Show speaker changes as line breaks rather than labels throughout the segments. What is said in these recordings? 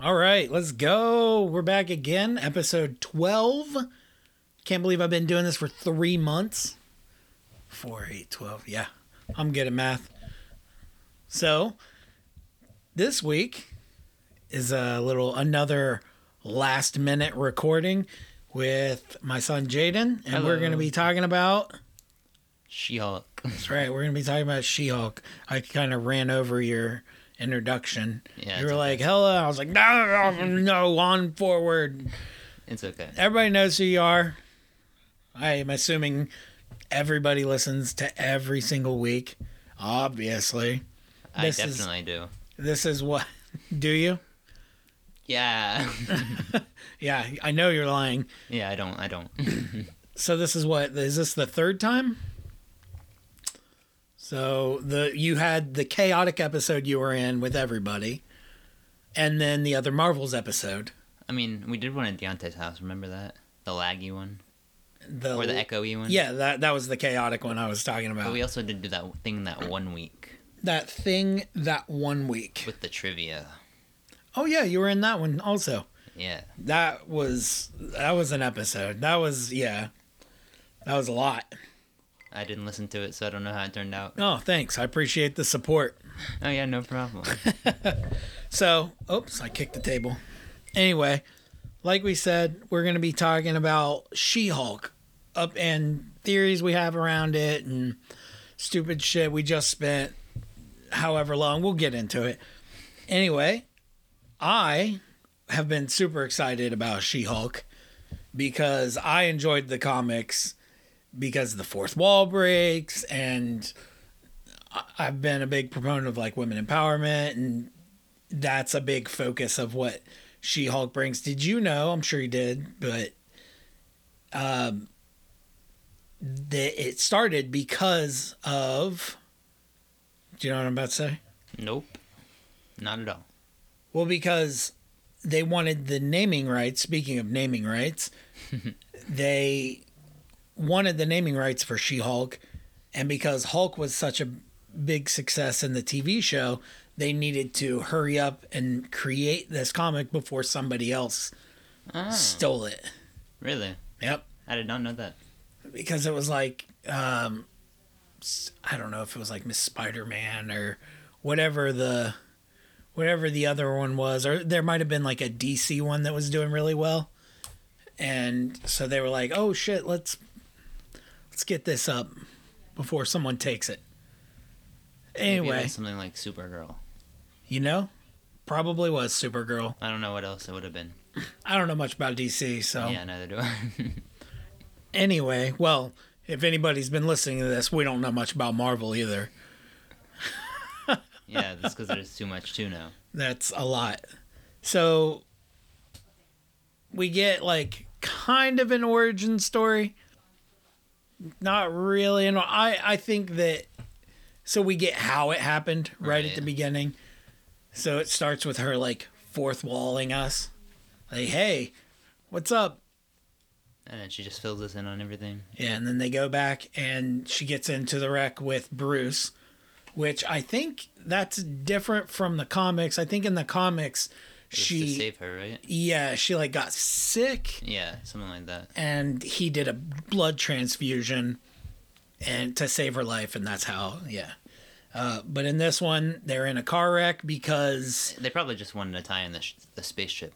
All right, let's go. We're back again, episode 12. Can't believe I've been doing this for three months. 4, 8, 12. Yeah, I'm good at math. So, this week is a little another last minute recording with my son Jaden, and we're
Hello.
going to be talking about.
She-Hulk.
That's right, we're going to be talking about She Hulk. I kind of ran over your introduction.
Yeah,
you
it's
were
okay.
like, hello. I was like, no, no, no, on forward.
It's okay.
Everybody knows who you are. I am assuming everybody listens to every single week. Obviously,
I
This is-
definitely do.
this is what. Do you?
Yeah.
Yeah, I know you're lying.
yeah, I don't. I don't.
So this is what is this the third time? So the you had the chaotic episode you were in with everybody, and then the other Marvels episode,
I mean, we did one at Deontay's house. Remember that? The laggy one?
the
Or the Oh, echoey one?
Yeah, that that was the chaotic one I was talking
But
about.
we also did do that thing that one week
that thing that one week.
with the trivia.
Oh yeah, you were in that one also.
Yeah.
That was that was an episode. That was yeah. That was a lot.
I didn't listen to it, so I don't know how it turned out.
Oh, thanks. I appreciate the support.
Oh, yeah, no problem.
So, oops, I kicked the table. Anyway, like we said, we're going to be talking about She-Hulk up and theories we have around it and stupid shit we just spent however long. We'll get into it. Anyway, I have been super excited about She-Hulk because I enjoyed the comics because the fourth wall breaks and I- I've been a big proponent of like women empowerment and that's a big focus of what She Hulk brings. Did you know? I'm sure you did, but um, the, it started because of. Do you know what I'm about to say?
nope. Not at all.
Well, because they wanted the naming rights. Speaking of naming rights, they wanted the naming rights for She Hulk. And because Hulk was such a big success in the TV show, they needed to hurry up and create this comic before somebody else
Oh,
stole it.
really?
Yep.
I did not know that.
Because it was like, um, s- I don't know if it was like Miss Spider Man or whatever the. Whatever the other one was, or there might have been like a DC one that was doing really well, and so they were like, "Oh shit, let's let's get this up before someone takes it."
Maybe it
Anyway,
was something like Supergirl.
You know? Probably was Supergirl.
I don't know what else it would have been.
I don't know much about DC, so.
Yeah, neither do I.
Anyway, well, if anybody's been listening to this, we don't know much about Marvel either.
yeah, that's because there's too much to know.
That's a lot. So, we get like kind of an origin story. Not really. And I, I think that. So, we get how it happened right at
Right.
the beginning. So, it starts with her like fourth walling us. Like, hey, what's up?
And then she just fills us in on everything.
Yeah, and then they go back and she gets into the wreck with Bruce, which I think that's different from the comics. I think in the comics
Just to
she
save her, right?
yeah, she like got sick
Yeah, something like that.
and he did a blood transfusion and to save her life and that's how yeah. Uh, but in this one, they're in a car wreck because
They probably just wanted to tie in the, sh- the spaceship.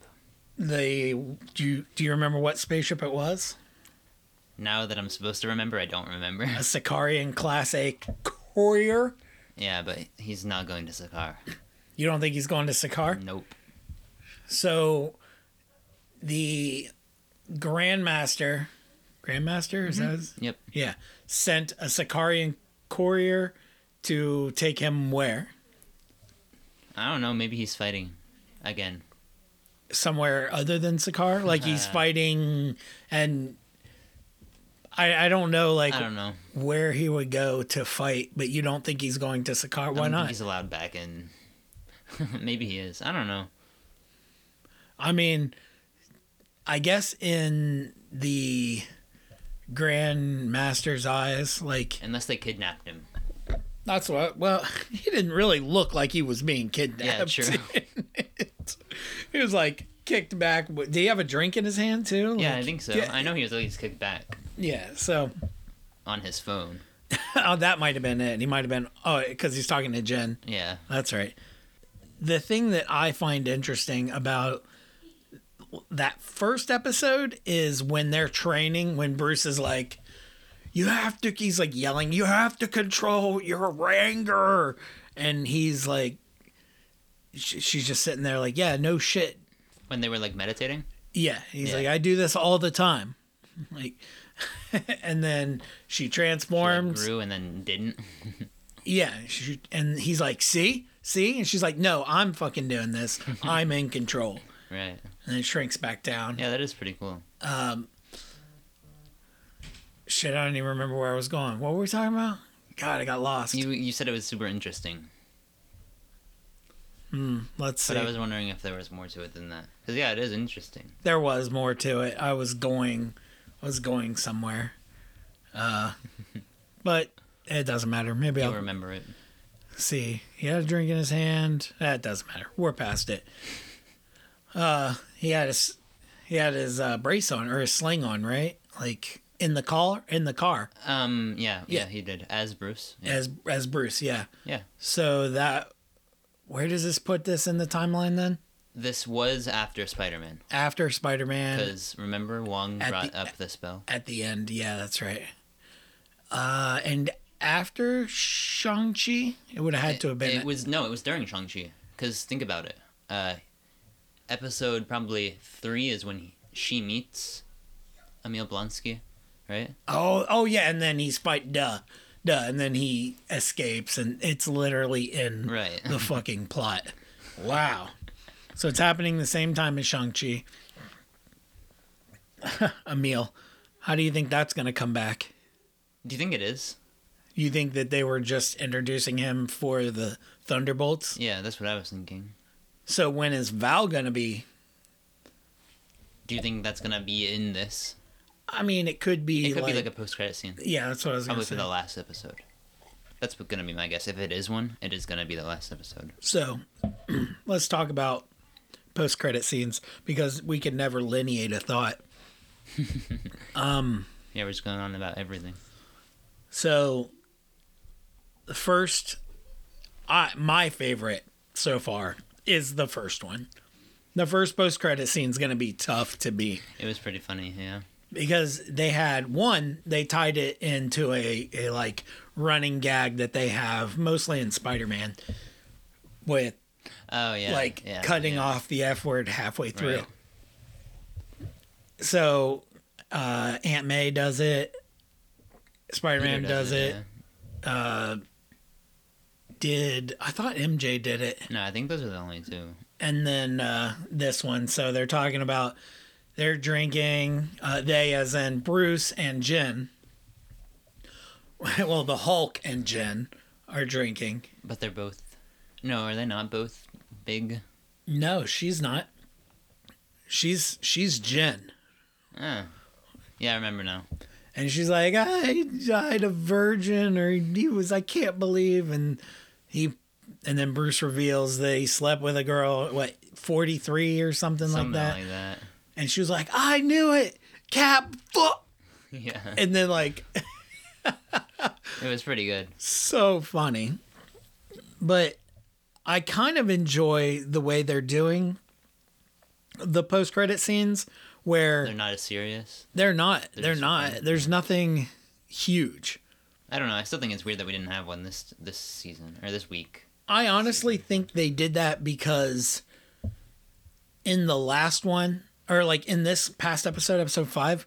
they. Do you, do you remember what spaceship it was?
Now that I'm supposed to remember, I don't remember.
A Sicarian Class A courier.
yeah, but he's not going to Sakar.
You don't think he's going to Sicar?
Nope.
So the Grandmaster, Grandmaster is that? his-
Yep.
Yeah, sent a Sicarian courier to take him where?
I don't know. Maybe he's fighting again.
Somewhere other than Sicar? Like he's
Uh.
fighting, and I I don't know like
I don't know.
where he would go to fight, but you don't think he's going to Sicar?
I
Why
don't
not?
Think he's allowed back in. Maybe he is. I don't know.
I mean, I guess in the Grandmaster's eyes, like
Unless they kidnapped him.
That's what. Well, he didn't really look like he was being kidnapped.
Yeah, true.
He was like kicked back. What- Did he have a drink in his hand too?
Yeah, I
Like,
think so.
yeah.
I know he was at least kicked back
yeah. So
on his phone.
oh, that might have been it. He might have been oh, because he's talking to Jen.
Yeah.
That's right. The thing that I find interesting about that first episode is when they're training, when Bruce is like, you have to, he's like yelling, you have to control your anger. And he's like, sh- she's just sitting there like, yeah, no shit.
When they were like meditating.
Yeah. He's
Yeah.
like, I do this all the time. Like, and then she
Like,
transforms.
grew and then didn't.
Yeah, she, and he's like, "See, see," and she's like, "No, I'm fucking doing this. I'm in control."
Right.
And it shrinks back down.
Yeah, that is pretty cool.
Shit, I don't even remember where I was going. What were we talking about? God, I got lost.
You you said it was super interesting,
Let's see.
but I was wondering if there was more to it than that. Because yeah, it is interesting.
there was more to it. I was going, I was going somewhere, uh, but it doesn't matter. Maybe
I
I'll
remember it.
see. He had a drink in his hand. That doesn't matter. We're past it. Uh, he had his, he had his uh, brace on or his sling on, right? Like in the car, in the car.
Um. Yeah. Yeah.
Yeah.
he did as Bruce. Yeah.
as as Bruce, yeah.
yeah.
So that where does this put this in the timeline then?
This was after Spider Man.
After Spider Man
Because remember, Wong
At
brought
the-
up the spell.
at the end, yeah, that's right. Uh, and after Shang Chi, it would have had to have been.
It was no, it was during Shang Chi. Because think about it. Uh, episode probably three is when he, she meets Emil Blonsky, right?
oh, oh yeah, and then he's fight duh, duh, and then he escapes, and it's literally in
Right.
the fucking plot. Wow. So it's happening the same time as Shang Chi. Emil, how do you think that's gonna come back?
Do you think it is?
You think that they were just introducing him for the Thunderbolts?
Yeah, that's what I was thinking.
So when is Val gonna be?
Do you think that's gonna be in this?
I mean, it could be.
It could
like,
be like a post-credit scene,
yeah, that's what I was gonna
probably
say.
for the last episode. That's what- gonna be my guess. If it is one, it is gonna be the last episode.
So let's talk about post-credit scenes because we can never lineate a thought.
Yeah, we're just going on about everything.
So the first, I my favorite so far is the first one. The first post-credit scene is gonna be tough to beat.
It was pretty funny. Yeah.
because they had one they tied it into a, a like running gag that they have mostly in spider-man with
Oh yeah.
like
yeah,
cutting
yeah.
off the f word halfway through
Right.
so uh aunt may does it
Peter
spider-man does, it,
yeah.
did i thought mj did it
No, I think those are the only two.
and then uh, this one. So they're talking about they're drinking. Uh, they, as in Bruce and Jen. Well, the Hulk and Jen are drinking.
But they're both. No, are they not both big?
No, she's not. She's she's Jen,
Ah. Yeah, I remember now.
and she's like, I died a virgin, or he was. I can't believe, and he. And then Bruce reveals that he slept with a girl, what, 43 or something,
Something
like that.
like that.
and she was like, I knew it. Cap, fuck.
Yeah.
and then like
It was pretty good.
so funny but i kind of enjoy the way they're doing the post-credit scenes where
They're not as serious.
they're not they're,
just
not there's nothing huge
I don't know. I still think it's weird that we didn't have one this this season or this week.
i honestly think they did that because in the last one or like in this past episode episode 5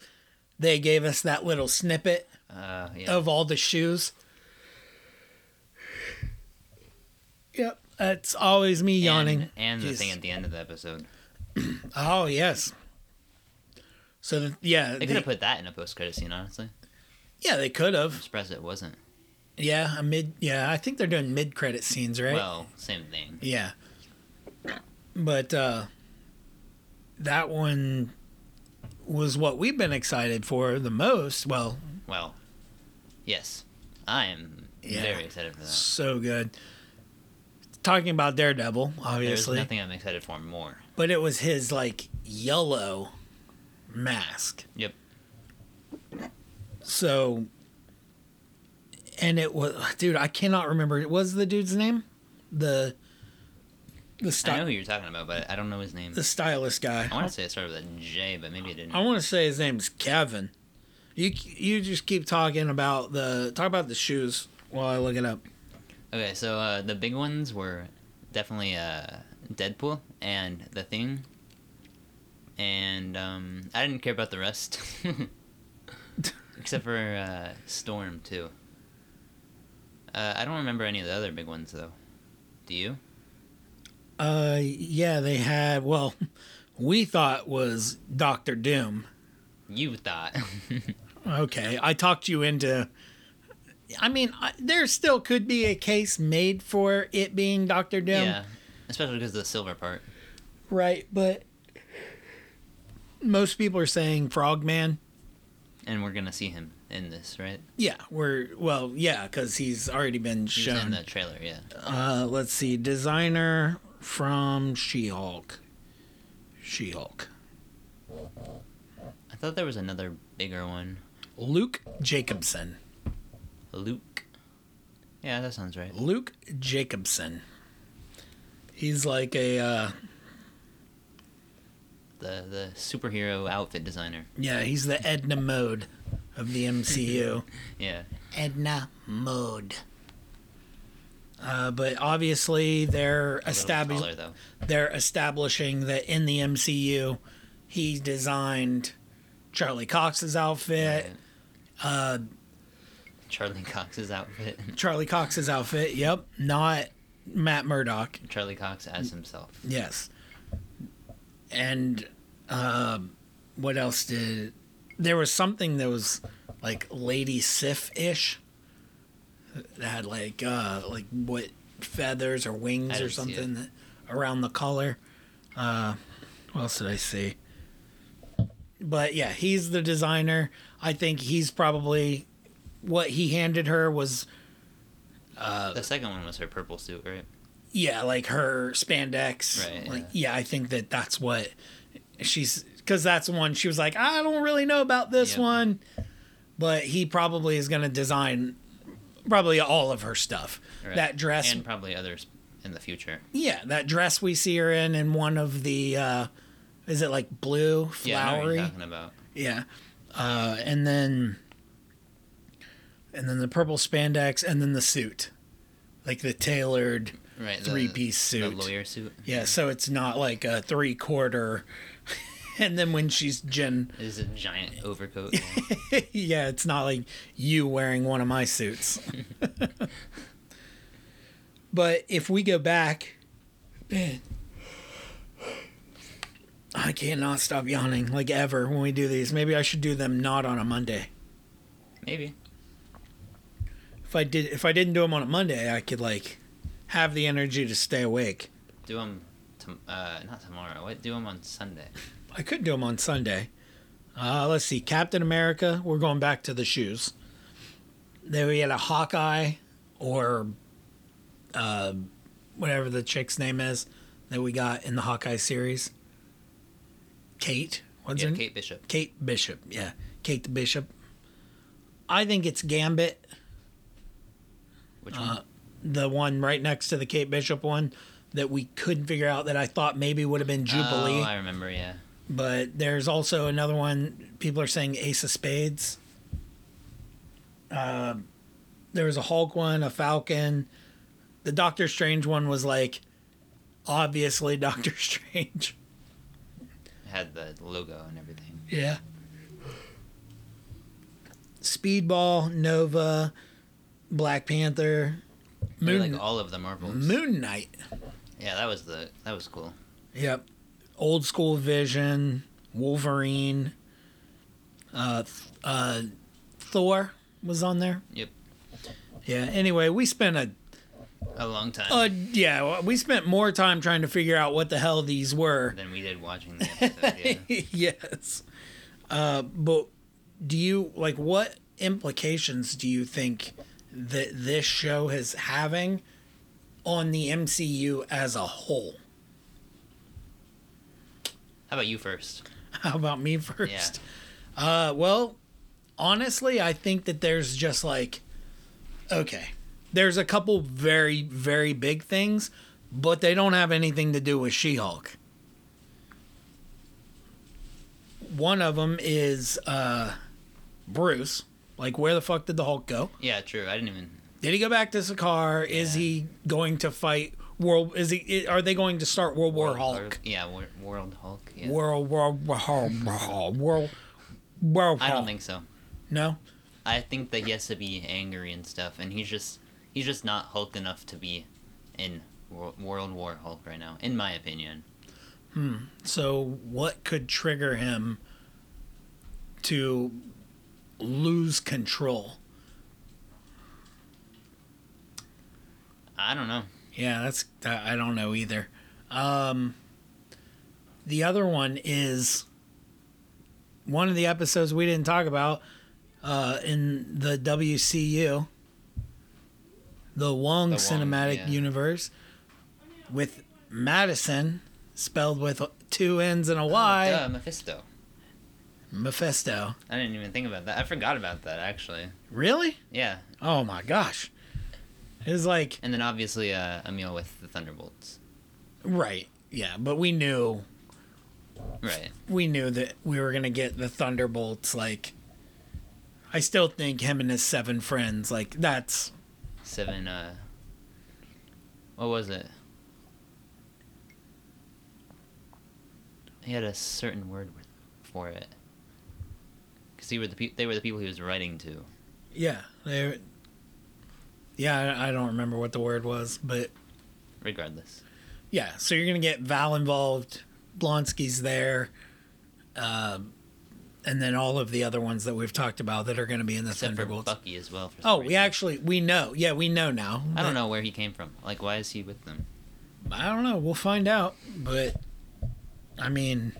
they gave us that little snippet
Uh, yeah.
of all the shoes. Yep, that's always me
And-
yawning.
And the
Jeez.
thing at the end of the episode.
Oh yes. So the, yeah,
They
the-
could have put that in a post credit scene, honestly.
yeah, they could have.
Surprised it wasn't.
Yeah, a mid. Yeah, I think they're doing mid credit scenes, right?
Well, same thing.
Yeah. But uh that one was what we've been excited for the most. Well,
Well, yes. I am
Yeah.
very excited for that.
so good. talking about Daredevil,
There's
obviously,
nothing I'm excited for more.
but it was his like yellow mask.
Yep.
So, and it was, dude, I cannot remember. What was the dude's name? The the
I know
sty-
who you're talking about, but I don't know his name.
the stylist guy.
I want to say it started with a J, but maybe it didn't.
I want to say his name's Kevin. You you just keep talking about the talk about the shoes while I look it up.
Okay, so uh, the big ones were definitely uh, Deadpool and The Thing. And um, I didn't care about the rest. Except for uh, Storm, too. Uh, I don't remember any of the other big ones, though. Do you?
Uh, yeah, they had well, we thought was Doctor Doom.
You thought.
Okay, I talked you into. I mean, I, there still could be a case made for it being Doctor Doom,
yeah. Especially because of the silver part.
right? But most people are saying Frogman.
And we're going to see him in this, right?
Yeah, we're well, yeah, because he's already been
He was in
shown.
the trailer, yeah.
Uh, let's see, designer from She-Hulk. She-Hulk.
I thought there was another bigger one.
Luke Jacobson.
Luke. Yeah, that sounds right.
Luke Jacobson. He's like a uh,
The the superhero outfit designer.
yeah, he's the Edna Mode of the MCU.
Yeah.
Edna Mode. Uh, but obviously they're
A little
established.
taller, though.
They're establishing that in the MCU, he designed Charlie Cox's outfit.
Right.
Uh,
Charlie Cox's outfit.
Charlie Cox's outfit. Yep, not Matt Murdock.
Charlie Cox as
Mm.
himself.
Yes. And um, what else did? There was something that was like Lady Sif ish. That had like uh, like what feathers or
I
wings or
didn't see it.
something that- around the collar. Uh, what else did I see? But yeah, he's the designer. I think he's probably what he handed her was Uh,
the second one was her purple suit, right?
yeah, like her spandex.
Right,
Like, yeah. I think that that's what she's because that's the one she was like, I don't really know about this
Yep.
one, but he probably is going to design probably all of her stuff.
Right.
That dress,
And probably others in the future.
yeah, that dress we see her in in one of the, uh, is it like blue
Yeah, I know what
flowery?
you're
Yeah,
talking about.
Uh, and then, and then the purple spandex, and then the suit, like the tailored.
Right. the-
Three-piece suit.
The lawyer suit.
Yeah, so it's not like a three quarter. and then when she's Jen,
Is a giant overcoat. yeah.
yeah, it's not like you wearing one of my suits. but if we go back, man, I cannot stop yawning like ever when we do these. Maybe I should do them not on a Monday.
Maybe.
If I did, if I didn't do them on a Monday, I could like have the energy to stay awake.
Do them. Tom- uh, not tomorrow. What? Do them on Sunday.
I could do them on Sunday. Uh, let's see, Captain America. We're going back to the shoes. Then we had a Hawkeye, or uh, whatever the chick's name is that we got in the Hawkeye series. Kate. What's
yeah,
her
Kate Bishop.
Kate Bishop. Yeah, Kate the Bishop. I think it's Gambit,
Which
Uh,
one?
the one right next to the Kate Bishop one that we couldn't figure out that I thought maybe would have been Jubilee.
Oh, I remember. Yeah.
but there's also another one people are saying ace of spades uh, there was a hulk one a falcon the doctor strange one was like obviously doctor strange
Had the logo and everything.
yeah speedball nova black panther
They're
moon,
Like all of the Marvels.
moon knight
Yeah, that was the that was cool.
Yep. Old school Vision, Wolverine, uh, th- uh, Thor was on there.
Yep.
Yeah. Anyway, we spent a,
A long time.
uh, yeah, we spent more time trying to figure out what the hell these were.
than we did watching the episode. Yeah.
yes. Uh, but do you like what implications do you think that this show is having on the MCU as a whole.
How about you first?
How about me first? Uh, well, honestly, I think that there's just like, okay, there's a couple very, very big things, but they don't have anything to do with She Hulk. One of them is uh, Bruce. Like, where the fuck did the Hulk go?
Yeah, true. I didn't even.
Did he go back to Sakaar? Is
Yeah.
he going to fight World? Is he? i- Are they going to start World War Hulk?
Yeah, Wor- World Hulk. Yeah.
World World War Hulk. World World.
I don't
Hulk.
think so.
no.
I think that he has to be angry and stuff, and he's just he's just not Hulk enough to be in Wor- World War Hulk right now, in my opinion.
So what could trigger him to lose control?
I don't know.
Yeah, that's I I don't know either. Um, the other one is one of the episodes we didn't talk about uh, in the WCU, the Wong
The Wong,
cinematic
yeah.
universe, with Madison spelled with two N's and a Y,
Oh, Duh, Mephisto.
Mephisto.
I didn't even think about that. I forgot about that actually.
Really?
Yeah,
Oh my gosh! It's like
and then obviously uh, Emil with the Thunderbolts.
right, yeah. But we knew
Right.
we knew that we were gonna get the Thunderbolts. Like, I still think him and his seven friends. Like, that's
Seven. Uh, what was it? He had a certain word with- for it. Cause he were the pe- they were the people he was writing to.
yeah. They, yeah, I, I don't remember what the word was, but
Regardless.
yeah. So you're gonna get Val involved. Blonsky's there, um, and then all of the other ones that we've talked about that are gonna be in the
Except for
Thunderbolts.
Bucky as well. For some
Oh, we
reason.
actually we know. Yeah, we know now.
I don't know where he came from. Like, why is he with them?
I don't know. We'll find out. But I mean,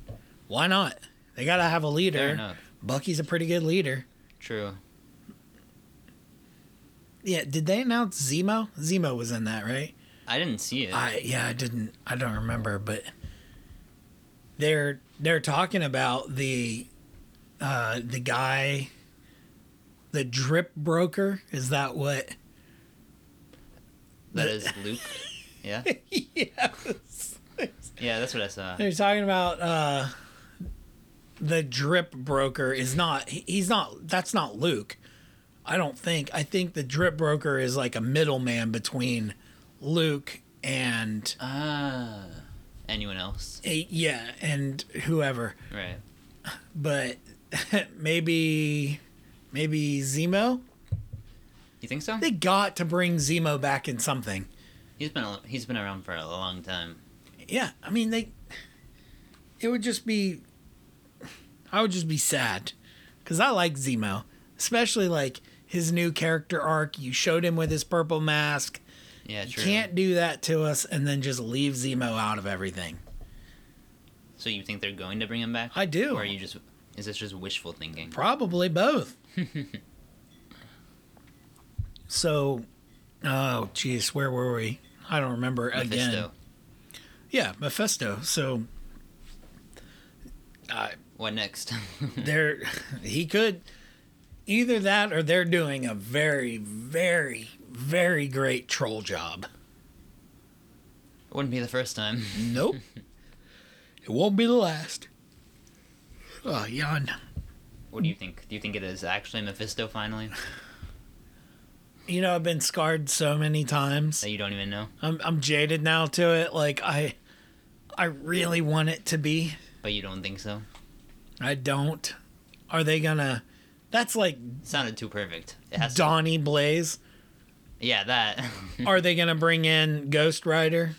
why not? They gotta have a leader.
Fair enough.
Bucky's a pretty good leader.
True.
Yeah, did they announce Zemo? Zemo was in that, right?
I didn't see it.
I yeah, I didn't I don't remember, but they're they're talking about the uh the guy the drip broker, is that what?
that is Luke. Yeah.
yes.
Yeah, that's what I saw.
They're talking about uh the drip broker is not he- he's not that's not Luke. I don't think. I think the drip broker is like a middleman between Luke and
Ah. Anyone else?
Eh, yeah, and whoever.
Right.
But maybe maybe Zemo?
You think so?
They got to bring Zemo back in something.
He's been al- he's been around for a long time.
Yeah, I mean they it would just be I would just be sad cuz I like Zemo, especially like his new character arc. You showed him with his purple mask.
Yeah,
You
true.
can't do that to us and then just leave Zemo out of everything.
So you think they're going to bring him back?
I do.
Or are you just is this just wishful thinking?
Probably both. so, oh jeez, where were we? I don't remember again.
Mephisto.
Yeah, Mephisto. So
What next?
there, he could either that or they're doing a very, very, very great troll job.
Wouldn't be the first time.
Nope, it won't be the last. Oh, yawn.
What do you think? Do you think it is actually Mephisto finally?
You know, I've been scarred so many times.
That you don't even know,
I'm I'm jaded now to it. Like I I really want it to be.
but you don't think so?
I don't. Are they gonna that's like
sounded too perfect. It has to.
Donnie Blaze.
Yeah, that.
Are they gonna bring in Ghost Rider?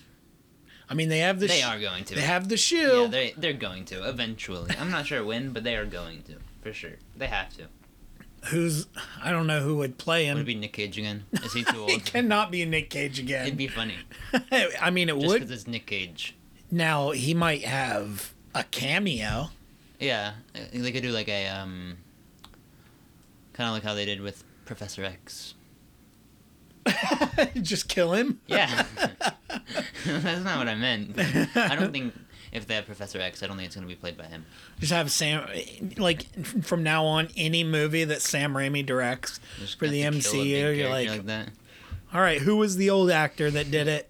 I mean they have the
they
sh-
are going to.
they have the
yeah,
shoe.
they they're going to eventually. I'm not sure when, but they are going to for sure. They have to.
Who's I don't know who would play
Would it
him.
be Nick Cage again? Is he too
It
old?
cannot be Nick Cage
It'd
again.
be funny
I mean it
just
would.
because it's Nick Cage.
Now he might have a cameo.
Yeah, I think they could do like a um, kind of like how they did with Professor X.
Just kill him.
Yeah. That's not what I meant. but I don't think if they have Professor X, I don't think it's going to be played by him.
Just have Sam, like from now on, any movie that Sam Raimi directs
Just
for
have
the
to kill a big
MCU, you're
character
like,
that.
all right, who was the old actor that did it?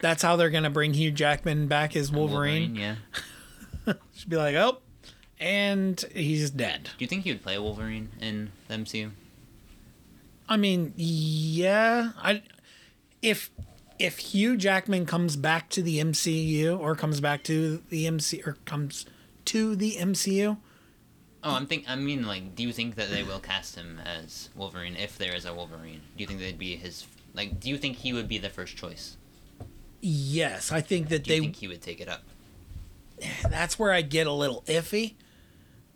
That's how they're gonna bring Hugh Jackman back as Wolverine.
Yeah.
Just be like, oh, and he's dead.
Do you think he would play Wolverine in the MCU?
I mean, yeah, I if if Hugh Jackman comes back to the MCU or comes back to the MC or comes to the MCU,
Oh, I'm think. I mean, like, do you think that they will cast him as Wolverine if there is a Wolverine? Do you think they'd be his? Like, do you think he would be the first choice?
yes, I think that
Do you
they
think he would take it up?
that's where I get a little iffy.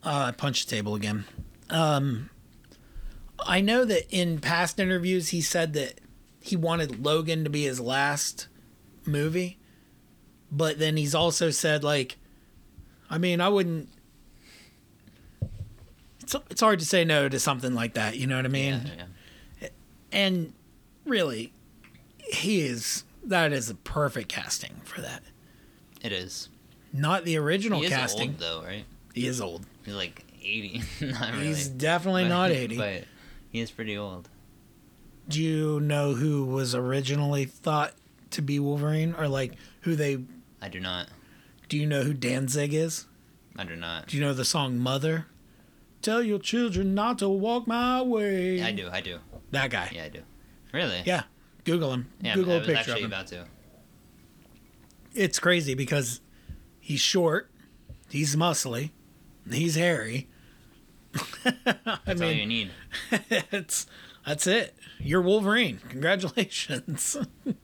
Uh, I punched the table again. Um, I know that in past interviews he said that he wanted Logan to be his last movie, but then he's also said like, I mean, I wouldn't. It's it's hard to say no to something like that. You know what I mean?
yeah, yeah.
And really, he is that is the perfect casting for that.
It is.
Not the original
He is
casting.
old though, right?
He is old.
He's like eighty. not really.
He's definitely
but-
not 80.
But he is pretty old.
Do you know who was originally thought to be Wolverine or like who they
I do not.
do you know who Danzig is?
I do not.
Do you know the song Mother? Tell your children not to walk my way.
I do. I do.
That guy. Yeah.
Yeah, I do. Really?
Google him.
Yeah,
Google
I
a
was
picture of
actually
him.
about to.
it's crazy because he's short, he's muscly, he's hairy. I
That's all you
mean,
need.
it's that's it. You're Wolverine. Congratulations.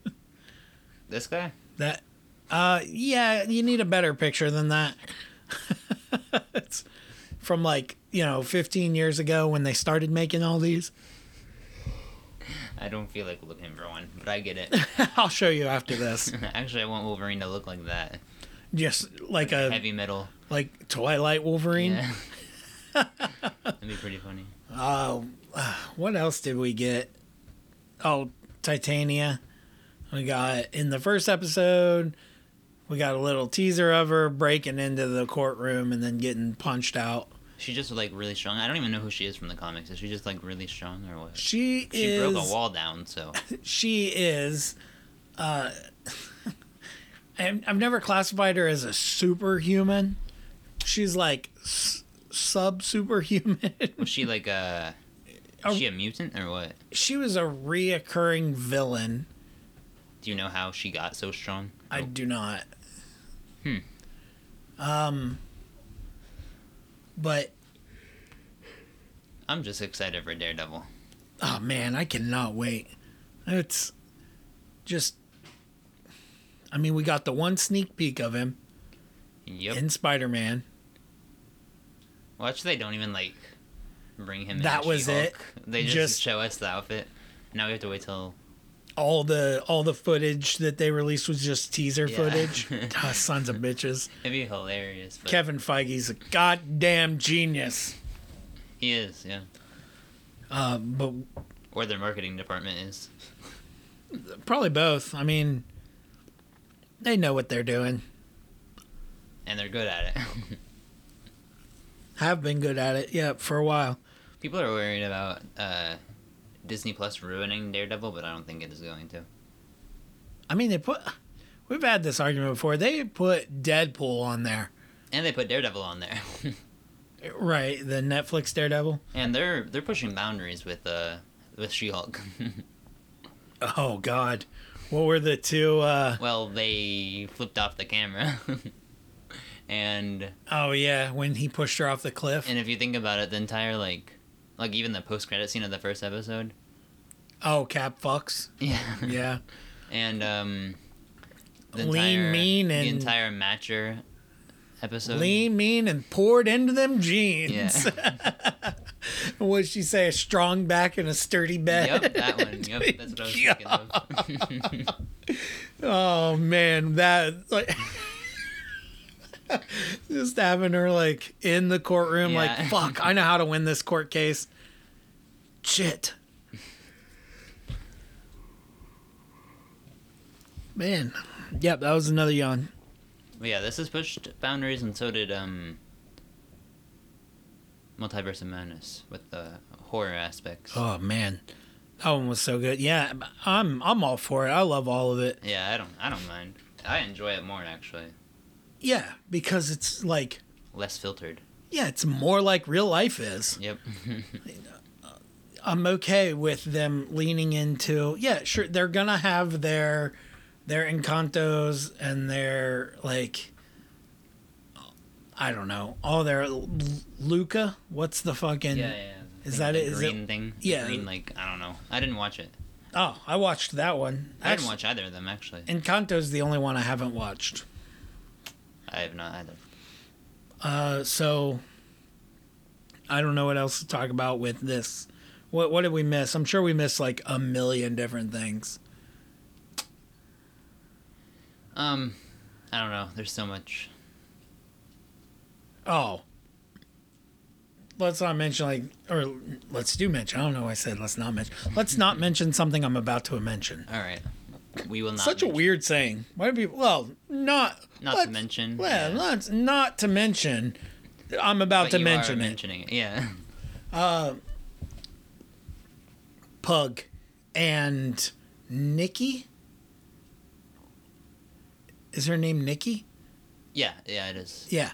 This guy.
That, uh, yeah, you need a better picture than that. it's from like you know 15 years ago when they started making all these.
I don't feel like looking for one, but I get it.
I'll show you after this.
actually, I want Wolverine to look like that.
Just like a
Heavy metal.
like Twilight Wolverine.
Yeah. That'd be pretty funny.
What else did we get? Oh, Titania. We got in the first episode. We got a little teaser of her breaking into the courtroom and then getting punched out.
She's just like really strong. I don't even know who she is from the comics. Is she just like really strong or what?
She,
She
is
broke a wall down, so
she is uh I'm- i've never classified her as a superhuman she's like s- sub superhuman
was she like a?
Oh.
Is she a mutant or what?
she was a reoccurring villain
Do you know how she got so strong?
i do not
Oh. Hmm.
um but
I'm just excited for Daredevil.
oh man i cannot wait it's just i mean we got the one sneak peek of him
Yep.
in spider-man
Watch, they don't even like bring him.
That
in
was it.
She-Hulk. They just,
Just-
show us the outfit. Now we have to wait till
all the all the footage that they released was just teaser
Yeah.
footage. Ah, sons of bitches.
it'd be hilarious. But
Kevin Feige's a goddamn genius.
He is, yeah.
Uh, but
Or their marketing department is.
probably both. I mean, they know what they're doing.
and they're good at it.
Have been good at it, yeah, for a while.
People are worried about uh, Disney Plus ruining Daredevil, but I don't think it is going to.
I mean, they put. We've had this argument before. They put Deadpool on there,
And they put Daredevil on there,
right? The Netflix Daredevil.
and they're they're pushing boundaries with uh with She-Hulk.
Oh God, what were the two? Uh,
well, they flipped off the camera, and
oh yeah, when he pushed her off the cliff.
and if you think about it, the entire like like even the post credit scene of the first episode,
oh, Cap fucks.
yeah,
Yeah.
and um,
Lean, mean,
the
and-
entire matcher episode.
lean, mean, and poured into them
yeah,
jeans. What'd she say? A strong back and a sturdy bed.
yep, that one. Yep, that's what I was thinking of.
Oh man, that like just having her like in the courtroom,
Yeah.
like fuck, I know how to win this court case. Shit. man. Yep, that was another yawn.
But yeah, this has pushed boundaries, and so did um, Multiverse of Madness with the horror aspects.
Oh man, that one was so good. Yeah, I'm I'm all for it. I love all of it.
Yeah, I don't I don't mind. I enjoy it more actually,
Yeah, because it's like
less filtered.
yeah, it's more like real life is.
Yep.
I'm okay with them leaning into yeah, sure they're gonna have their their encantos and their like I don't know all their L- Luca. What's the fucking
yeah, yeah, yeah.
Is
Like
that
the
it? Is it-
green thing? The
yeah.
Green like I don't know. I didn't watch it.
Oh, I watched that one.
I didn't watch either of them actually.
Encanto's the only one I haven't watched.
I have not either.
Uh, so I don't know what else to talk about with this. What what did we miss? I'm sure we missed like a million different things.
Um, I don't know. There's so much.
Oh. Let's not mention like or let's do mention. I don't know why I said let's not mention. Let's not mention something I'm about to mention.
All right, we will not.
Such a
mention-
weird saying. Why do people well, not
Not
let's-
to mention.
Well,
yeah.
let's not to mention I'm about
But
to
you
mention it.
are mentioning it. Yeah.
Pug and Nikki. Is her name Nikki?
Yeah. Yeah. It is.
Yeah.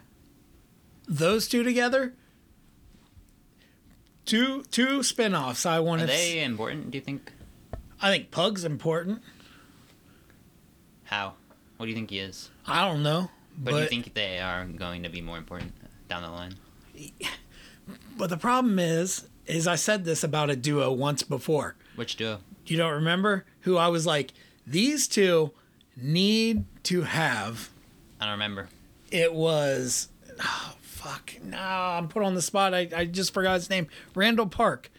Those two together. Two two spin-offs I want
Are
to
they important? Do you think?
I think Pug's important.
How? What do you think he is?
I don't know.
But,
But
do you think they are going to be more important down the line?
but the problem is is I said this about a duo once before.
Which duo?
You don't remember who I was like these two need to have
I don't remember.
it was oh, fuck no i'm put on the spot I, I just forgot his name randall park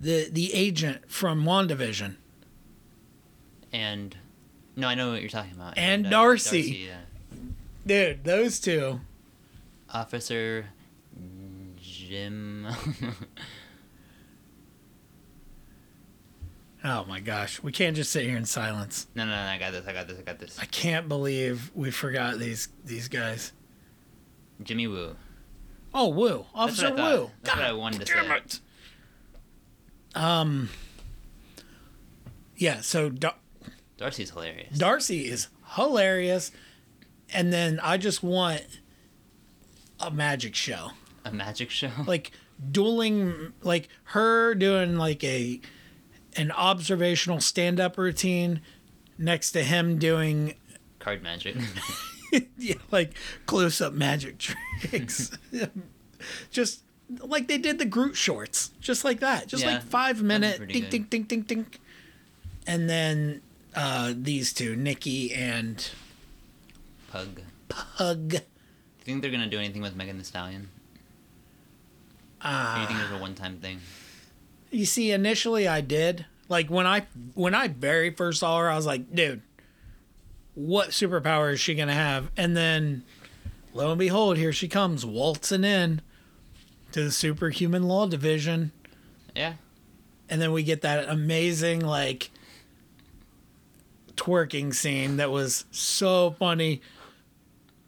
the the agent from wandavision
And no, I know what you're talking about.
And
uh,
Darcy.
yeah.
dude those two
Officer Jim.
oh my gosh we can't just sit here in silence
no, no, no, I got this. I got this. I got this.
i can't believe we forgot these these guys
Jimmy Woo.
oh woo
That's
officer
what I thought.
woo
That's what I wanted to say.
damn it um yeah so Dar-
Darcy's hilarious.
Darcy is hilarious. And then I just want a magic show.
a magic show.
Like dueling like her doing like a an observational stand up routine next to him doing
Card magic.
yeah, like close up magic tricks. just like they did the Groot shorts, just like that, just
Yeah,
like five minute
pretty
dink, dink, dink, dink, dink, and then uh, these two, Nikki and
Pug. Do
Hug.
you think they're gonna do anything with Megan the Stallion? Or do you think it
Ah.
was a one time thing?
You see, initially I did. Like when I when I very first saw her, I was like, dude, what superpower is she gonna have? And then lo and behold, here she comes, waltzing in to the superhuman law division.
Yeah.
And then we get that amazing like twerking scene that was so funny.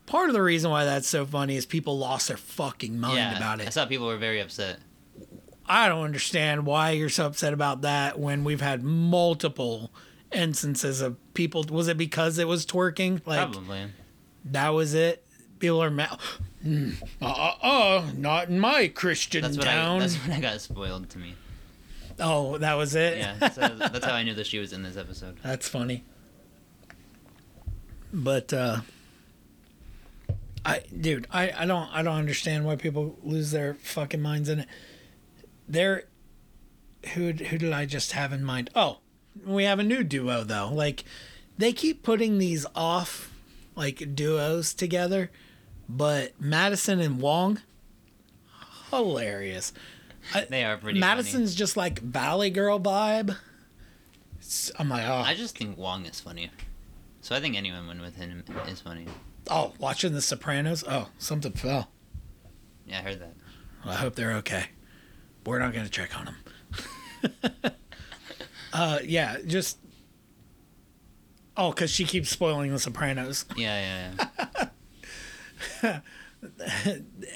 Part of the reason why that's so funny is people lost their fucking mind
yeah.
about it.
I saw people were very upset.
I don't understand why you're so upset about that when we've had multiple instances of people. Was it because it was twerking? Like
Probably.
that was it. People are mad. Uh uh uh, not in my Christian
That's what I.
town.
That's what I got spoiled to me.
oh, that was it.
Yeah. So that's how I knew that she was in this episode.
That's funny. But uh I dude, I I don't I don't understand why people lose their fucking minds in it. There who who did I just have in mind? Oh, we have a new duo though. Like they keep putting these off like duos together, but Madison and Wong hilarious.
They are pretty.
Madison's just like Valley Girl vibe. It's- I'm like, oh,
Funny. I just think Wong is funny. So I think anyone with him is funny.
Oh, watching The Sopranos. Oh, something fell.
Yeah, I heard that.
Well, I hope they're okay. We're not going to check on them. uh, yeah, just Oh, because she keeps spoiling The Sopranos.
Yeah, yeah, yeah.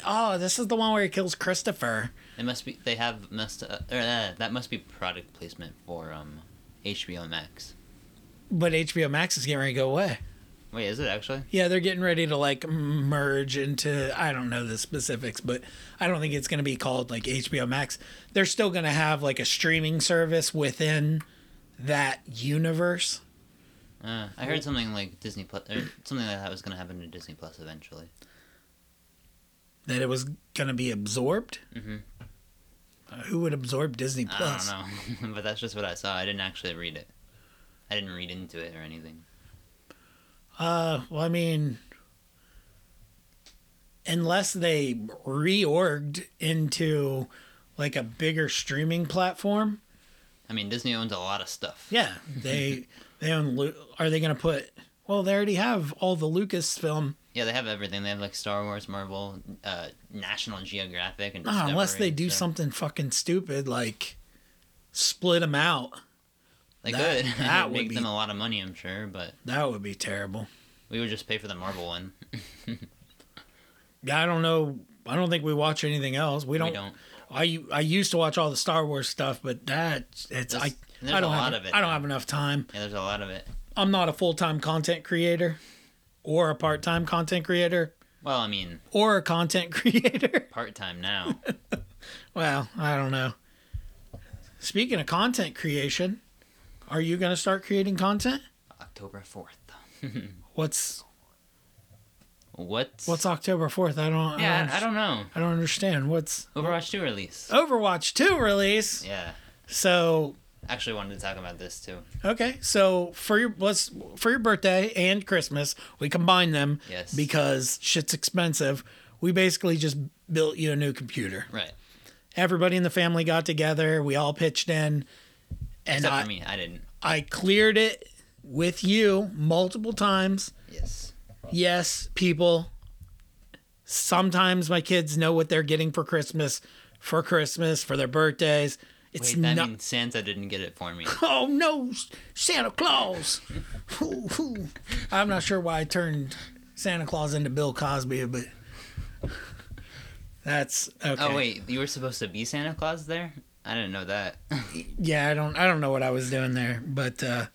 Oh, this is the one where he kills Christopher.
it must be. They have must. Uh, or uh, that must be product placement for um, HBO Max.
But HBO Max is getting ready to go away.
Wait, is it actually?
Yeah, they're getting ready to like merge into I don't know the specifics, but I don't think it's going to be called like HBO Max. They're still going to have like a streaming service within that universe.
Uh, I heard something like Disney Plus, or something like that was gonna happen to Disney Plus eventually.
That it was going to be absorbed.
Mhm.
Uh, who would absorb Disney Plus?
I don't know, but that's just what I saw. I didn't actually read it. I didn't read into it or anything.
Uh, well, I mean, unless they reorged into like a bigger streaming platform,
I mean, Disney owns a lot of stuff.
yeah, they they own. Lu- Are they going to put? Well, they already have all the Lucasfilm.
Yeah, they have everything. They have like Star Wars, Marvel, uh, National Geographic, and
Ah, unless
Discovery,
they do
so-
something fucking stupid like split them out,
They
that-
could.
that
It'd
would
make
be-
them a lot of money, I'm sure. But
that would be terrible.
we would just pay for the Marvel one.
Yeah, I don't know. I don't think we watch anything else. We don't.
we don't.
I I used to watch all the Star Wars stuff, but that it's I.
There's- there's
I don't
a
have,
lot of it
I don't
now.
have enough time.
Yeah, there's a lot of it.
I'm not a full time content creator, or a part time content creator,
Well, I mean,
or a content creator.
part time now.
Well, I don't know. Speaking of content creation, are you going to start creating content?
October fourth.
What's
What's
What's October fourth? I don't.
Yeah, I don't know.
I don't understand. What's
Overwatch two release.
Uh, Overwatch two release?
Yeah,
So
actually wanted to talk about this too.
Okay, so for your let's for your birthday and Christmas, we combine them.
Yes.
Because shit's expensive. We basically just built you a new computer.
Right.
Everybody in the family got together. We all pitched in, and
Except for
I,
me, I didn't.
I cleared it with you multiple times.
Yes.
Yes, people. Sometimes my kids know what they're getting for Christmas, for Christmas, for their birthdays. It's
Wait, that
not.
means Santa didn't get it for me.
Oh no, Santa Claus! Hoo, hoo. I'm not sure why I turned Santa Claus into Bill Cosby, but that's okay.
Oh wait, you were supposed to be Santa Claus there? I didn't know that.
yeah, I don't, I don't know what I was doing there, but uh,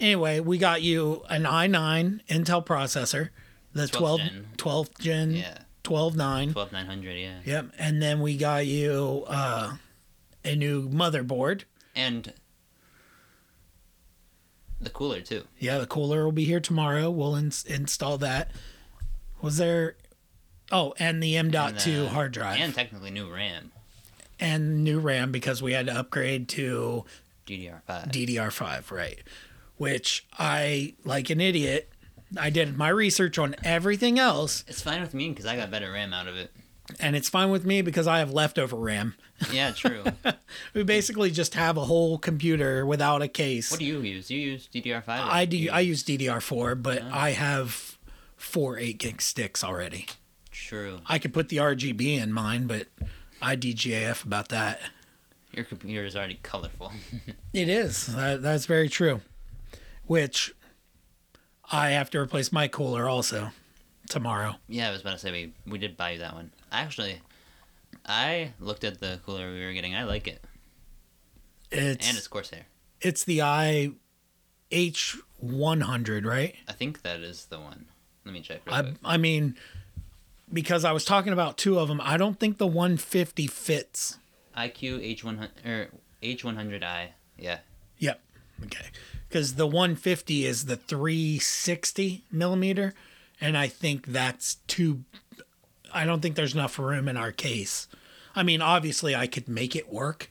anyway, we got you an i9 Intel processor, the 12
12th gen.
12th gen,
yeah,
12 9.
twelve nine hundred. Yeah,
Yep, and then we got you uh, a new motherboard.
and the cooler too.
Yeah, the cooler will be here tomorrow. We'll ins install that. Was there? Oh, and the M
And
dot
the-
two hard drive
and
and,
technically new RAM,
new RAM because we had to upgrade to
DDR five.
DDR five, right? Which I, like an idiot, I did my research on everything else,
it's fine with me because I got better RAM out of it.
and it's fine with me because I have leftover RAM.
Yeah, true.
We basically just have a whole computer without a case.
what do you use? You Uh-huh. use DDR five?
I do. I use DDR four, but I have four eight gig sticks already.
True.
I could put the RGB in mine, but I DGAF about that.
Your computer is already colorful.
It is. That, that's very true. Which I have to replace my cooler also tomorrow.
yeah, I was about to say we we did buy you that one. Actually, I looked at the cooler we were getting. I like it,
It's
and it's Corsair.
it's the i H one hundred, right?
I think that is the one. Let me check. Real
I
quick.
I mean, because I was talking about two of them. I don't think the one fifty fits.
IQ H one hundred or H one hundred I. Yeah,
Yep. Okay. Because the 150 is the 360 millimeter, and I think that's too. I don't think there's enough room in our case. I mean, obviously, I could make it work.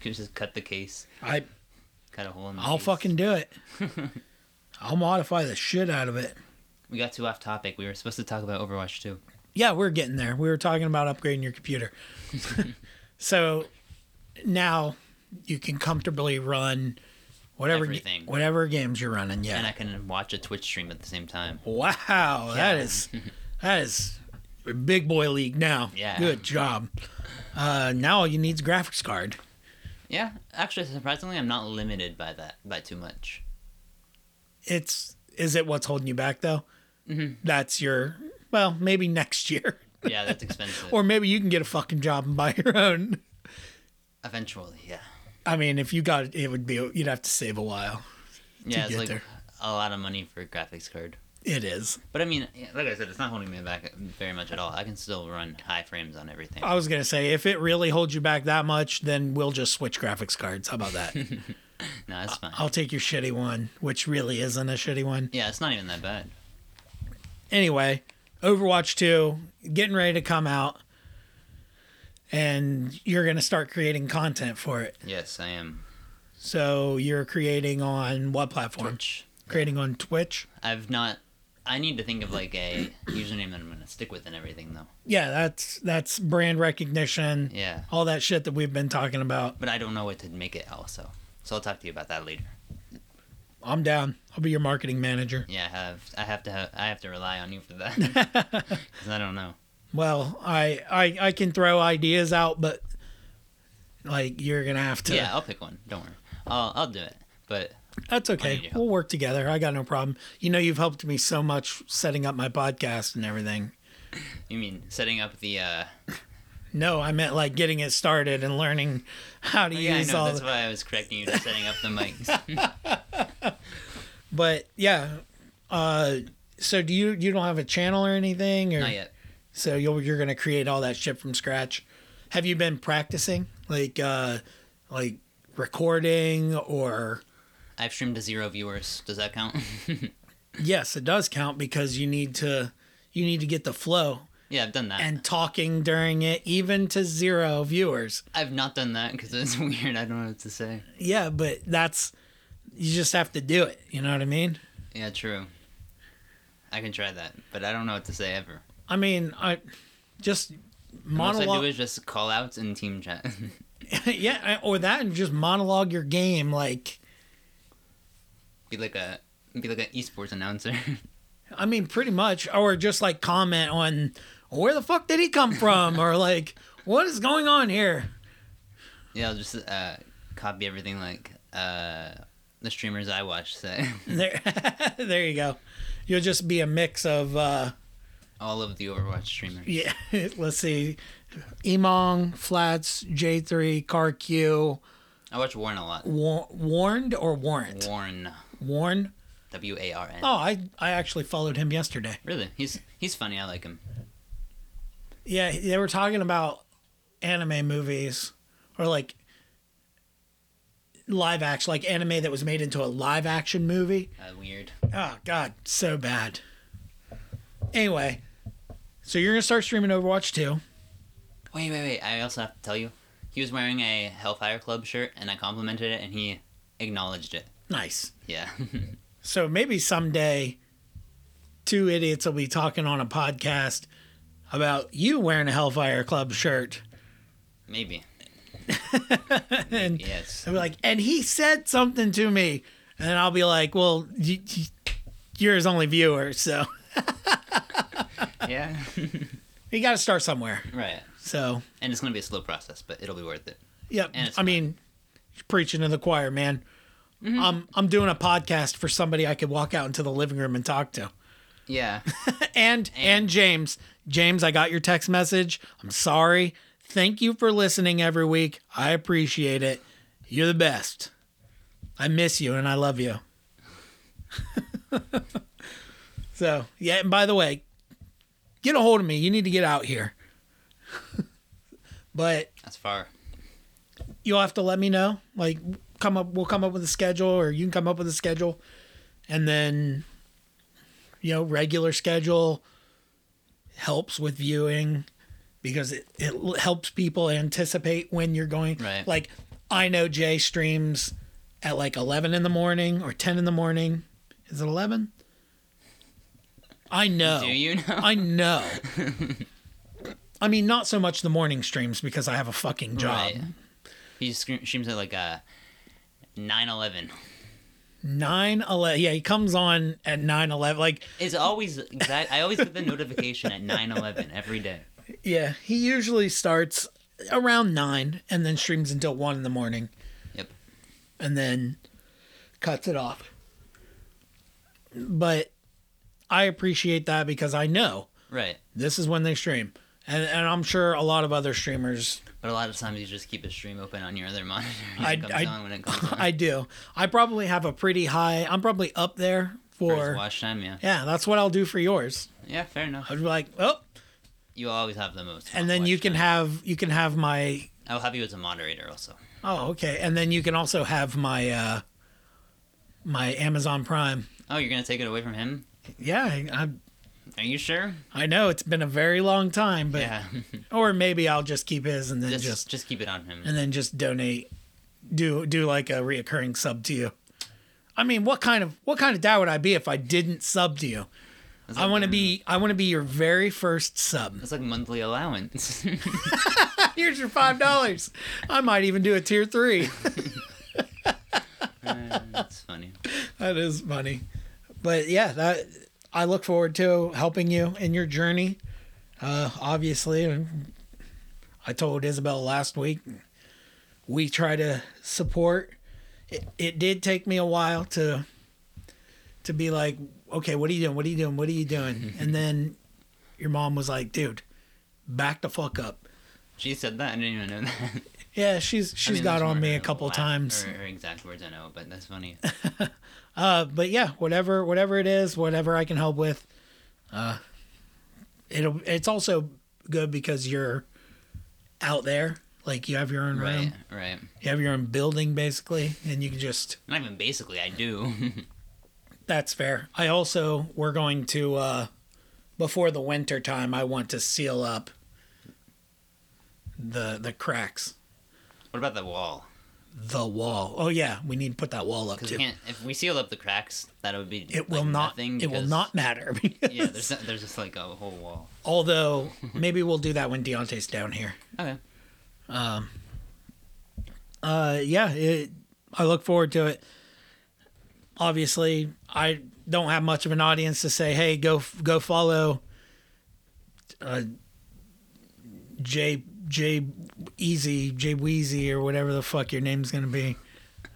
could just cut the case,
I
cut a hole in the.
I'll
case.
fucking do it. I'll modify the shit out of it.
We got too off topic. We were supposed to talk about Overwatch too.
Yeah, we're getting there. We were talking about upgrading your computer. so now you can comfortably run whatever ga-
Everything.
whatever games you're running. Yeah.
and I can watch a Twitch stream at the same time.
Wow, that
Yeah.
is that is big boy league now.
Yeah.
Good job. Uh, now all you need is graphics card.
Yeah, actually, surprisingly, I'm not limited by that by too much.
it's is it what's holding you back though?
Mm-hmm.
That's your well, maybe next year,
Yeah, that's expensive.
or maybe you can get a fucking job and buy your own.
Eventually, yeah.
I mean, if you got it, it would be you'd have to save a while.
Yeah, it's
get
like
there.
a lot of money for a graphics card.
It is.
But I mean, yeah, like I said, it's not holding me back very much at all. I can still run high frames on everything.
I was gonna say if it really holds you back that much, then we'll just switch graphics cards. How about that?
no, it's fine.
I'll take your shitty one, which really isn't a shitty one.
Yeah, it's not even that bad.
Anyway, Overwatch 2 getting ready to come out and you're going to start creating content for it.
Yes, I am.
So you're creating on what platform? Creating on Twitch?
I've not. I need to think of like a username that I'm gonna stick with and everything though.
Yeah, that's that's brand recognition.
Yeah,
All that shit that we've been talking about.
but I don't know what to make it also. So I'll talk to you about that later.
I'm down. I'll be your marketing manager.
Yeah, I have. I have to. Ha- I have to rely on you for that. Because I don't know.
Well, I, I I can throw ideas out, but like you're gonna have to.
Yeah, I'll pick one. Don't worry. I'll I'll do it. But
That's
need
okay.
your help.
We'll work together. I got no problem. You know, you've helped me so much setting up my podcast and everything.
you mean setting up the? uh
No, I meant like getting it started and learning how to
Oh, Yeah, I
use
know.
all.
That's
The,
why I was correcting you to setting up the mics.
But yeah, uh, so do you? You don't have a channel or anything, or
not yet.
so you're you're gonna create all that shit from scratch. Have you been practicing like uh, like recording or?
I've streamed to zero viewers. Does that count?
Yes, it does count because you need to you need to get the flow
yeah, I've done that.
and talking during it, even to zero viewers.
I've not done that because it's weird. I don't know what to say.
Yeah, but that's you just have to do it. You know what I mean?
Yeah, true. I can try that, but I don't know what to say ever.
I mean, I just
Most I do
monologue.
is just call outs and team chat.
yeah, I- or that, and just monologue your game. Like,
be like a be like an esports announcer.
I mean, pretty much, or just like comment on where the fuck did he come from, or like what is going on here.
yeah, I'll just uh, copy everything like uh, the streamers I watch say.
There, there you go. You'll just be a mix of uh,
All of the Overwatch streamers.
yeah. Let's see, Emong, Flats, J three, Car Q,
I watch Warren a lot.
War- warned or warrant,
Warren,
warn.
W A R N.
Oh, I I actually followed him yesterday.
Really, he's he's funny. I like him.
Yeah, they were talking about anime movies or like live action, like anime that was made into a live action movie.
Uh, weird.
Oh god, so bad. Anyway, so you're gonna start streaming Overwatch too.
Wait, wait, wait. I also have to tell you, he was wearing a Hellfire Club shirt, and I complimented it, and he acknowledged it.
Nice.
Yeah.
So maybe someday, two idiots will be talking on a podcast about you wearing a Hellfire Club shirt,
Maybe.
and
Yes.
I'll be like, and he said something to me, and I'll be like, well, you, you're his only viewer, so
Yeah.
you got to start somewhere.
right.
So,
And it's gonna be a slow process, but it'll be worth it.
yep.
And it's Mm-hmm.
I mean, preaching to the choir, man. I'm I'm doing a podcast for somebody I could walk out into the living room and talk to,
Yeah.
and and, James, James, I got your text message. I'm sorry. Thank you for listening every week. I appreciate it. You're the best. I miss you and I love you. so, yeah, and by the way, get a hold of me. You need to get out here. but
That's far.
you'll have to let me know. Like, come up, we'll come up with a schedule, or you can come up with a schedule, and then, you know, regular schedule helps with viewing because it, it l- helps people anticipate when you're going.
Right.
Like, I know Jay streams at like 11 in the morning or 10 in the morning. Is it 11? I know.
Do you know?
I know. I mean, not so much the morning streams because I have a fucking job.
Right. He scre- screams at like uh, a 9-11.
Nine eleven. Yeah, he comes on at nine eleven. Like,
It's always exact. I always get the notification at 9-11 every day.
yeah, he usually starts around nine and then streams until one in the morning
Yep.
and then cuts it off. but I appreciate that because I know
Right.
this is when they stream. And, and I'm sure a lot of other streamers,
But a lot of times you just keep a stream open on your other monitor. and
I,
it comes
I,
on when it comes on.
I do. I probably have a pretty high, I'm probably up there
First
for,
watch time, yeah.
yeah, that's what I'll do for yours.
Yeah, fair enough.
I'd be like, oh,
You always have the most.
and then
watch
you can
time.
have, you can have my,
I'll have you as a moderator also.
oh, okay. And then you can also have my, uh, my Amazon Prime.
Oh, you're gonna take it away from him?
Yeah, I, I,
Are you sure?
I know it's been a very long time, but,
Yeah.
or maybe I'll just keep his and then
just,
just
just keep it on him.
and then just donate do do like a reoccurring sub to you i mean what kind of what kind of dad would i be if i didn't sub to you
That's
i
like,
want to
mm,
be i want to be your very first sub
That's like monthly allowance.
here's your five dollars i might even do a tier three
Uh, that's funny.
that is funny but yeah that i look forward to helping you in your journey uh obviously i told isabel last week we try to support it, it did take me a while to to be like okay what are you doing what are you doing what are you doing and then your mom was like dude back the fuck up
She said that. I didn't even know that.
yeah she's
She's
she's got on me a couple times
Or, or exact words I know, but that's funny.
uh but yeah whatever whatever it is whatever i can help with uh it'll it's also good because you're out there like you have your own room
right. Right.
you have your own building basically and you can just
Not even basically. I do.
That's fair. I also we're going to uh before the winter time I want to seal up the the cracks,
what about the wall?
the wall. Oh yeah, we need to put that wall up
Because we
too.
can't. If we sealed up the cracks, that would be.
It will
like,
not
Nothing
it will
because-
not matter.
Yeah. There's no- there's just like a whole wall.
Although maybe we'll do that when Deontay's down here.
Okay.
Uh yeah, it, I look forward to it. Obviously, I don't have much of an audience to say, "Hey, go go follow uh, J J Easy J Wheezy or whatever the fuck your name's gonna be."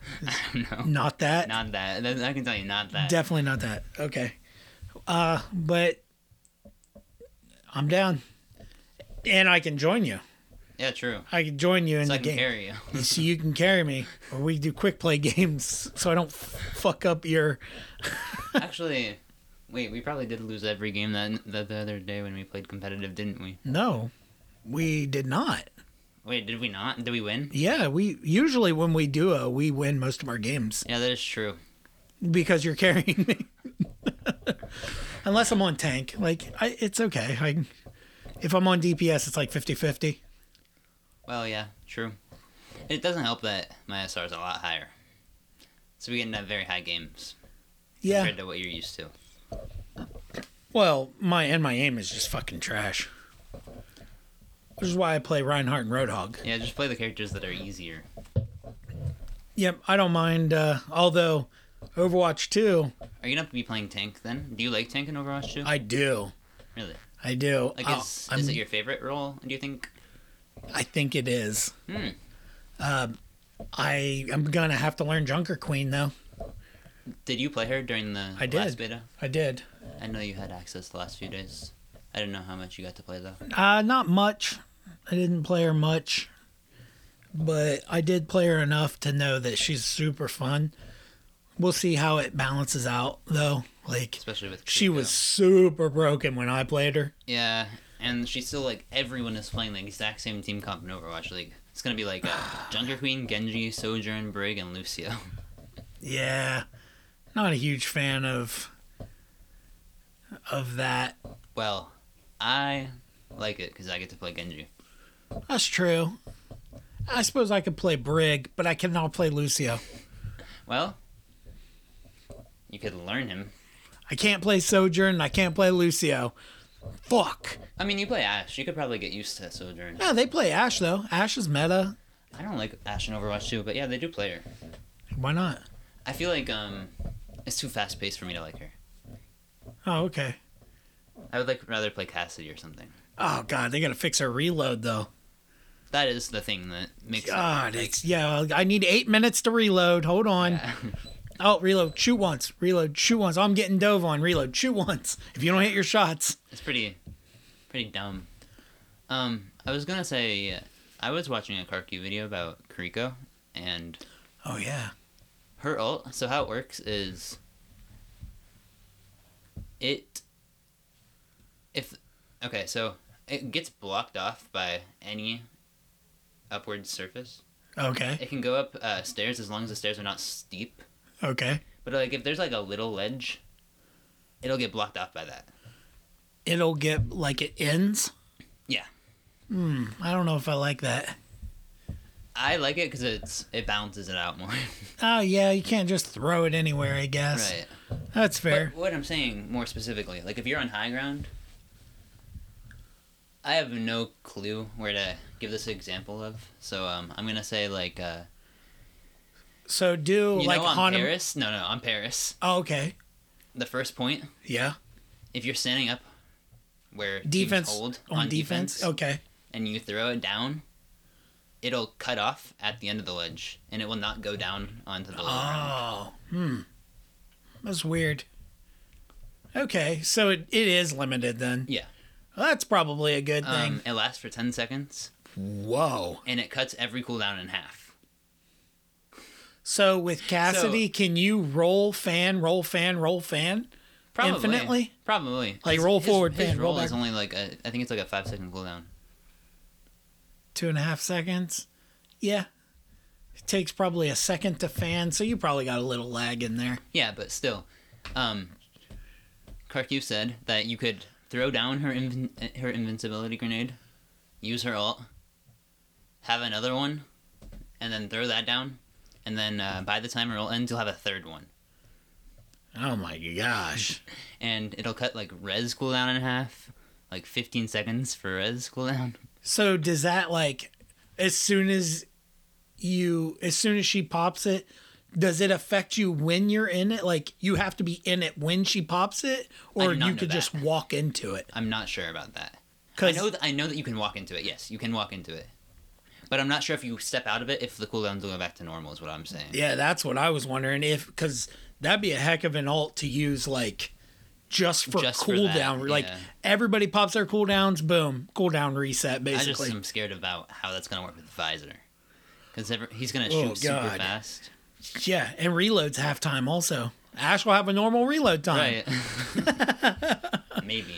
no.
Not that.
Not that. That- I can tell you, not that.
Definitely not that. Okay, uh, but I'm down, and I can join you.
yeah. True.
I can join you in the
So I can
game.
carry you.
so you can carry me, or we do quick play games, so I don't f- fuck up your.
Actually, wait, we probably did lose every game that, that the other day when we played competitive, didn't we?
No, we did not.
Wait, did we not? Did we win?
Yeah, we usually when we duo, we win most of our games
Yeah, that is true.
because you're carrying me. Unless I'm on tank, like I, it's okay. I, if I'm on DPS, it's like 50-50.
Well, yeah, true. It doesn't help that my SR is a lot higher. So we get into very high games
Yeah.
compared to what you're used to.
Well, my and my aim is just fucking trash. Which is why I play Reinhardt and Roadhog.
Yeah, just play the characters that are easier.
Yep, I don't mind. Uh, although Overwatch 2,
Are you gonna be playing tank then? Do you like tank in Overwatch 2?
I do.
really?
I do.
Like,
I'll-
is,
I'm-
is it your favorite role? Do you think?
I think it is. Um,
Hmm.
I am gonna have to learn Junker Queen though.
Did you play her during the
I
last
did.
beta?
I did.
I know you had access the last few days. I don't know how much you got to play though.
Uh, not much. I didn't play her much, but I did play her enough to know that she's super fun. We'll see how it balances out though. Like
Especially with
she
Krika.
was super broken when I played her.
Yeah, and she's still like everyone is playing the exact same team comp in Overwatch League. It's gonna be like uh, Junker Queen, Genji, Sojourn, Brig, and Lucio.
Yeah, not a huge fan of of that.
Well, I like it because I get to play Genji.
That's true. I suppose I could play Brig, but I cannot play Lucio.
Well, you could learn him.
I can't play Sojourn. and I can't play Lucio. Fuck.
I mean, you play Ash. You could probably get used to Sojourn.
Yeah, they play Ash though. Ash is meta.
I don't like Ash in Overwatch 2, but yeah, they do play her.
Why not?
I feel like um, it's too fast paced for me to like her.
Oh, okay.
I would like rather play Cassidy or something.
Oh god, they gotta fix her reload though.
That is the thing that makes.
God, it's yeah. I need eight minutes to reload. Hold on.
Yeah.
Oh, reload, shoot once, reload, shoot once. Oh, I'm getting dove on, reload, shoot once. If you don't hit your shots,
It's pretty, pretty dumb. Um, I was gonna say, I was watching a Karku video about Kuriko, and
oh yeah,
her ult. So how it works is, it, if, okay, so it gets blocked off by any upward surface.
okay,
It can go up uh, stairs as long as the stairs are not steep.
okay.
But like if there's like a little ledge, it'll get blocked off by that.
It'll get like it ends.
Yeah.
Hmm. I don't know if I like that.
I like it because it's it balances it out more.
Oh yeah, you can't just throw it anywhere. I guess
right.
that's fair.
But what I'm saying more specifically, like if you're on high ground, I have no clue where to give this example of. So um, I'm gonna say like uh,
so do
you
like
know on
Hanem-
Paris. No, no, on Paris.
Oh, okay.
The first point,
Yeah.
if you're standing up where teams
Defense
hold
on, defense. Okay.
and you throw it down, it'll cut off at the end of the ledge, and it will not go down onto the lower ground.
Oh. Hmm. That's weird. Okay, so it, it is limited then.
Yeah.
Well, that's probably a good thing.
Um, it lasts for 10 seconds,
Whoa.
and it cuts every cooldown in half.
So with Cassidy, can you roll fan, roll fan, roll fan?
Probably.
Infinitely?
Probably.
Like, roll forward,
his
pan, roll
roll is
back.
only like, a, I think it's like a five second cooldown.
Two and a half seconds. Yeah. It takes probably a second to fan, so you probably got a little lag in there.
Yeah, but still. Um, Karku said that you could throw down her, invin- her invincibility grenade, use her ult, have another one, and then throw that down. And then uh, by the time her ult ends, you'll have a third one.
Oh my gosh.
and it'll cut like res cooldown in half, like 15 seconds for res cooldown.
So does that like as soon as you as soon as she pops it, does it affect you when you're in it? Like you have to be in it when she pops it, or
did not
you
know
could
that.
just walk into it?
I'm not sure about that. I
'Cause-
know that I know that you can walk into it. Yes, you can walk into it, but I'm not sure if you step out of it if the cooldowns will go back to normal. Is what I'm saying.
Yeah, that's what I was wondering if because that'd be a heck of an alt to use like just for
Just for that,
cooldown. like
yeah.
everybody pops their cooldowns, boom, cooldown reset
I just
basically.
am scared about how that's gonna work with the visor, because he's gonna
Oh,
shoot super
God.
fast.
Yeah, and reloads halftime also. Ash will have a normal reload time.
Right. Maybe.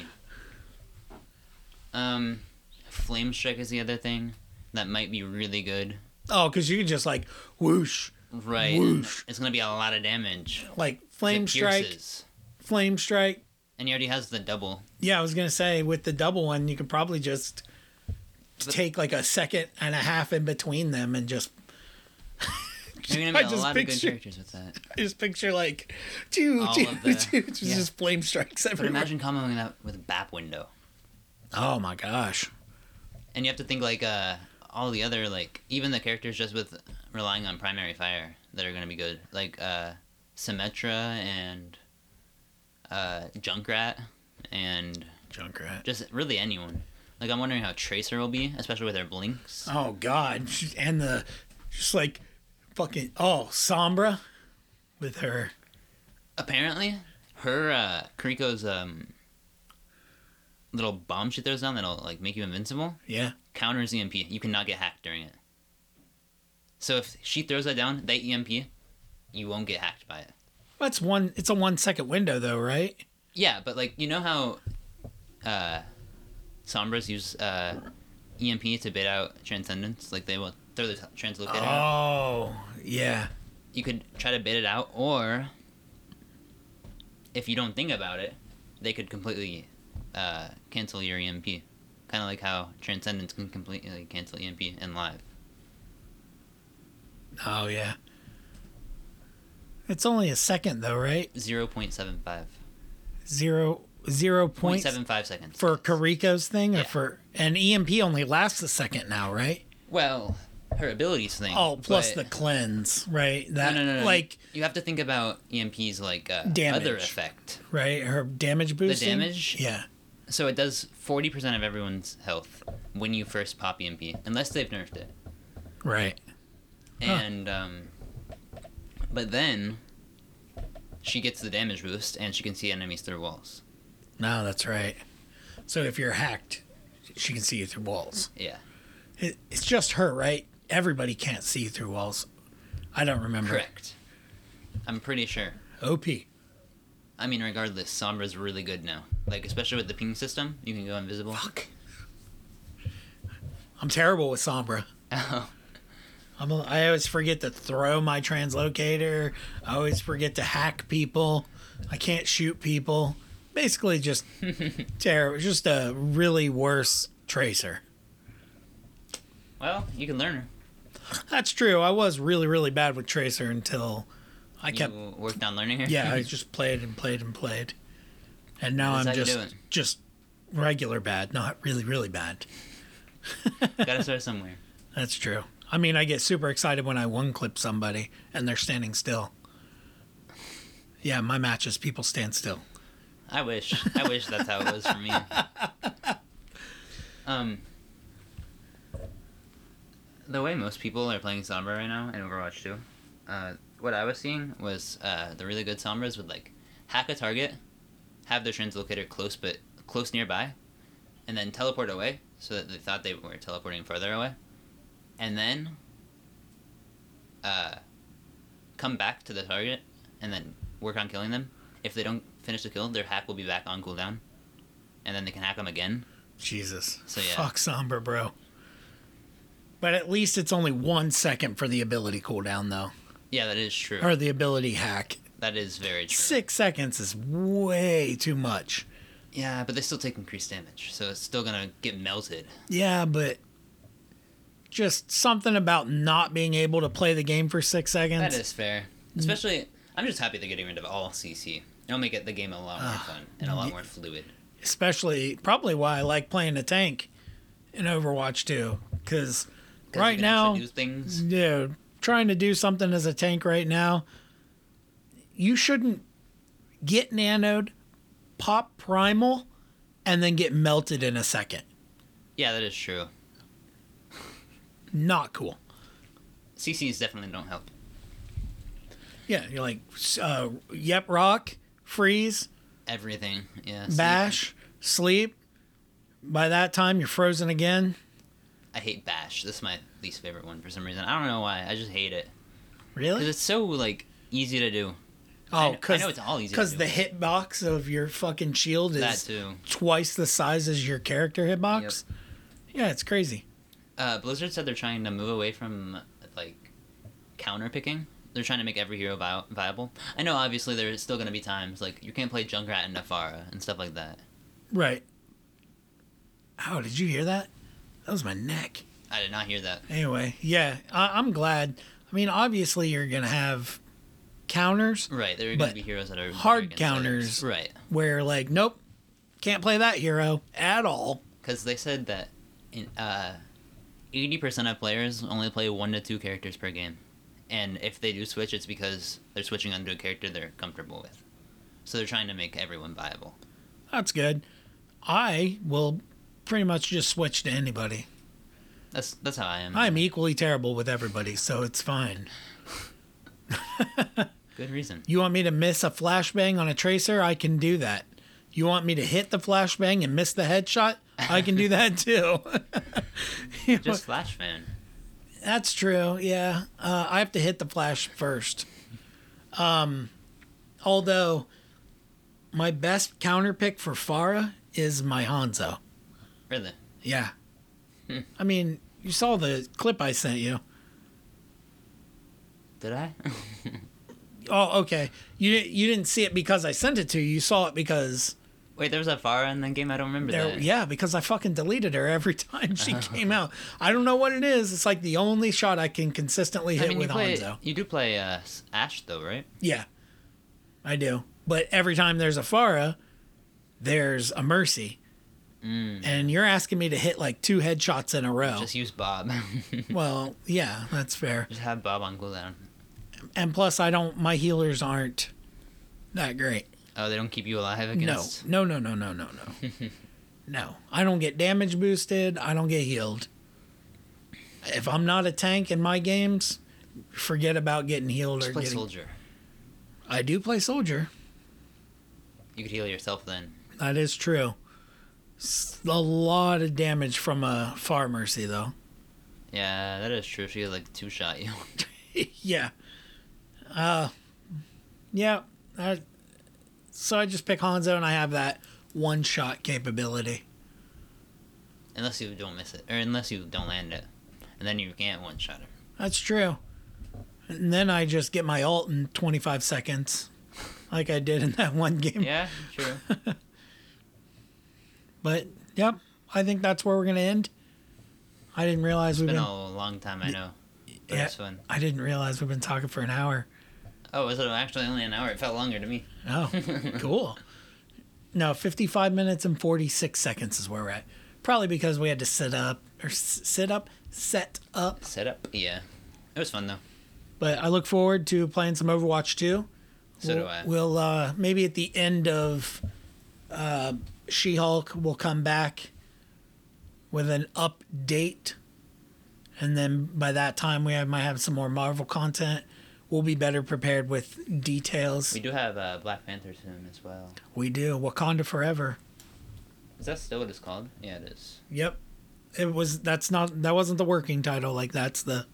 Um, flame strike is the other thing that might be really good.
Oh, because you can just like whoosh,
Right.
Whoosh.
It's gonna be a lot of damage.
like flame
It
strike,
pierces.
flame strike.
and he already has the double.
Yeah, I was gonna say with the double one, you could probably just take like a second and a half in between them and just
You're
I
gonna be a
just
lot of good
picture-
characters with that.
just picture like two,
All
two,
of the-
two, just,
yeah.
just flame strikes
But
everywhere.
imagine comboing that with Bap Window,
Oh my gosh.
and you have to think like uh, all the other like even the characters just with relying on primary fire that are gonna be good, like uh, Symmetra and uh, Junkrat, and
Junkrat.
just really anyone. Like I'm wondering how Tracer will be, especially with her blinks.
Oh god. And the just like fucking oh, Sombra with her.
Apparently, her uh, Kuriko's um, little bomb she throws down that'll like make you invincible.
Yeah.
counters EMP. You cannot get hacked during it. So if she throws that down, that EMP, you won't get hacked by it.
That's one it's a one second window though, right?
Yeah, but like you know how uh Sombras use uh EMP to bait out transcendence? Like they will throw the t- translocator out.
Oh yeah.
You could try to bait it out or if you don't think about it, they could completely uh cancel your EMP. Kind of like how transcendence can completely cancel EMP in live.
Oh yeah. It's only a second though, right?
0.75.
Zero zero point
0.75 seconds.
for Kariko's thing or
Yeah.
for and EMP only lasts a second now, right?
Well, her abilities thing.
Oh, plus
but-
the cleanse, right? That
no, no, no, no.
like
you have to think about EMP's like uh,
Damage.
other effect.
right her damage boosting.
damage?
Yeah.
So it does forty percent of everyone's health when you first pop EMP, unless they've nerfed it.
Right.
And um, but then she gets the damage boost and she can see enemies through walls.
No, that's right. So if you're hacked, she can see you through walls.
Yeah.
It, it's just her, right? Everybody can't see through walls. I don't remember.
Correct. I'm pretty sure.
OP.
I mean, regardless, Sombra's really good now. Like, especially with the ping system, you can go invisible.
Fuck. I'm terrible with Sombra.
Oh,
I'm a, I always forget to throw my translocator. I always forget to hack people. I can't shoot people. Basically, just terrible. Just a really worse tracer.
well, you can learn her.
That's true. I was really, really bad with tracer until I kept.
You worked on learning her.
Yeah, I just played and played and played, and now I'm
That's how you
just
do it.
just regular bad, not really, really bad.
gotta start somewhere.
That's true. I mean, I get super excited when I one clip somebody and they're standing still. Yeah, my matches, people stand still.
I wish. I wish that's how it was for me. Um, the way most people are playing Sombra right now in Overwatch 2, uh, what I was seeing was uh, the really good Sombras would like hack a target, have their translocator close but close nearby, and then teleport away so that they thought they were teleporting further away, and then uh, come back to the target and then work on killing them. If they don't finish the kill, their hack will be back on cooldown, and then they can hack them again.
Jesus.
So, yeah.
Fuck Sombra, bro. But at least it's only one second for the ability cooldown, though,
Yeah, that is true.
or the ability hack.
That is very true.
Six seconds is way too much.
Yeah, but they still take increased damage, so it's still gonna get melted.
Yeah, but just something about not being able to play the game for six seconds.
That is fair.
Mm.
Especially, I'm just happy they're getting rid of all CC. It'll make it the game a lot more fun and a lot more fluid.
especially probably why I like playing the tank in Overwatch 2 cuz
'Cause you
right
can actually
now Mm.
do things.
yeah trying to do something as a tank right now you shouldn't get nanoed pop primal and then get melted in a second
Yeah, that is true.
not cool
CCs definitely don't help.
yeah you're like s- uh, yep rock freeze
Everything. Yeah. sleep.
bash sleep by that time you're frozen again
I hate bash. This is my least favorite one for some reason. I don't know why. I just hate it because
really
it's so like easy to do. I
oh
know- I know it's all easy to
because
do.
the hitbox of your fucking shield is
That too.
twice the size as your character hitbox. Yeah, it's crazy.
uh, Blizzard said they're trying to move away from like counter picking. They're trying to make every hero vi- viable. I know, obviously, there's still going to be times like you can't play Junkrat and Nefara and stuff like that.
Right. Oh, did you hear that? That was my neck.
I did not hear that.
Anyway, yeah, I- I'm glad. I mean, obviously, you're going to have counters
Right, there are going
But
to be heroes that are
hard
against others.
counters-
Right,
where, like, nope, can't play that hero at all.
because they said that in uh, eighty percent of players only play one to two characters per game, and if they do switch, it's because they're switching onto a character they're comfortable with. So they're trying to make everyone viable.
That's good. I will pretty much just switch to anybody.
That's that's how I am.
I'm equally terrible with everybody, so it's fine.
Good reason.
You want me to miss a flashbang on a tracer? I can do that. You want me to hit the flashbang and miss the headshot? I can do that too. You know,
Just Flash fan.
that's true. Yeah, uh, I have to hit the flash first. Um, although my best counter pick for Farah is my Hanzo.
Really.
Yeah. I mean, you saw the clip I sent you.
Did I?
Oh, okay. You you didn't see it because I sent it to you. You saw it because
Wait, there was a Farah in that game. I don't remember
There,
that.
yeah, because I fucking deleted her every time she came out. I don't know what it is. It's like the only shot I can consistently
I
hit
mean, you
with
play.
Hanzo.
You do play uh, S- Ash though, right?
Yeah, I do. But every time there's a Farah, there's a Mercy. And you're asking me to hit like two headshots in a row.
Mm. Just use Bob.
well, yeah, that's fair.
Just have Bob on cooldown.
And plus, I don't. My healers aren't that great.
Oh, they don't keep you alive against.
No, no, no, no, no, no, no. no, I don't get damage boosted. I don't get healed. If I'm not a tank in my games, forget about getting healed
Just
or
play
getting.
soldier.
I do play soldier.
You could heal yourself then.
That is true. S- A lot of damage from a far mercy though.
Yeah, that is true. She could like two shot you.
yeah. Uh, yeah. I, so I just pick Hanzo and I have that one shot capability.
unless you don't miss it, or unless you don't land it, and then you can't one shot her.
That's true. And then I just get my ult in 25 seconds, like I did in that one game.
Yeah, true.
But yep, I think that's where we're gonna end. I didn't realize we've
been
been.
a long time, I know. But
Yeah.
it's fun.
I didn't realize we've been talking for an hour.
Oh, was it actually only an hour? It felt longer to me.
Oh, cool. No, 55 minutes and 46 seconds is where we're at. Probably because we had to sit up or s- sit up, set up.
Set up. Yeah, it was fun though.
But I look forward to playing some Overwatch 2.
So
we'll,
do I.
We'll uh, maybe at the end of uh, She Hulk, we'll come back with an update, and then by that time we have, might have some more Marvel content. We'll be better prepared with details.
We do have uh, Black Panther soon as well.
We do Wakanda Forever.
Is that still what it's called? Yeah, it is.
Yep, it was. That's not. That wasn't the working title. Like that's the.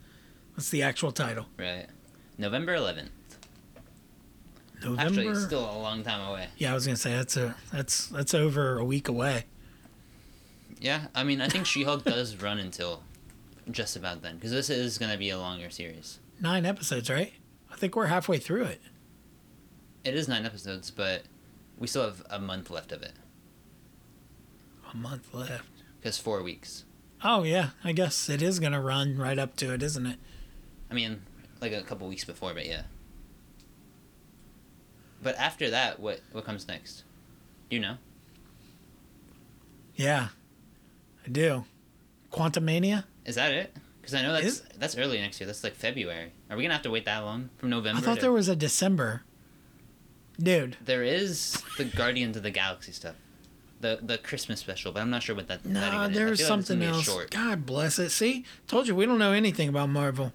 That's the actual title.
Right. November 11th.
November.
Actually, it's still a long time away.
yeah, I was gonna say that's a that's that's over a week away.
Yeah, I mean, I think She-Hulk does run until just about then, because this is gonna be a longer series.
nine episodes, right? I think we're halfway through it.
It is nine episodes, but we still have a month left of it,
A month left.
because four weeks.
Oh yeah, I guess it is gonna run right up to it, isn't it?
I mean, like a couple weeks before, but yeah. But after that, what what comes next? Do you know?
Yeah, I do. Quantumania?
Is that it? Because I know that's
Is-
that's early next year. That's like February. Are we gonna have to wait that long from November?
I thought
to-
there was a December. Dude,
There is the Guardians of the Galaxy stuff, the the Christmas special, but I'm not sure what that. that
nah,
even is. I
there's
feel like it's
something
gonna be
else.
Short.
God bless it. See, told you we don't know anything about Marvel.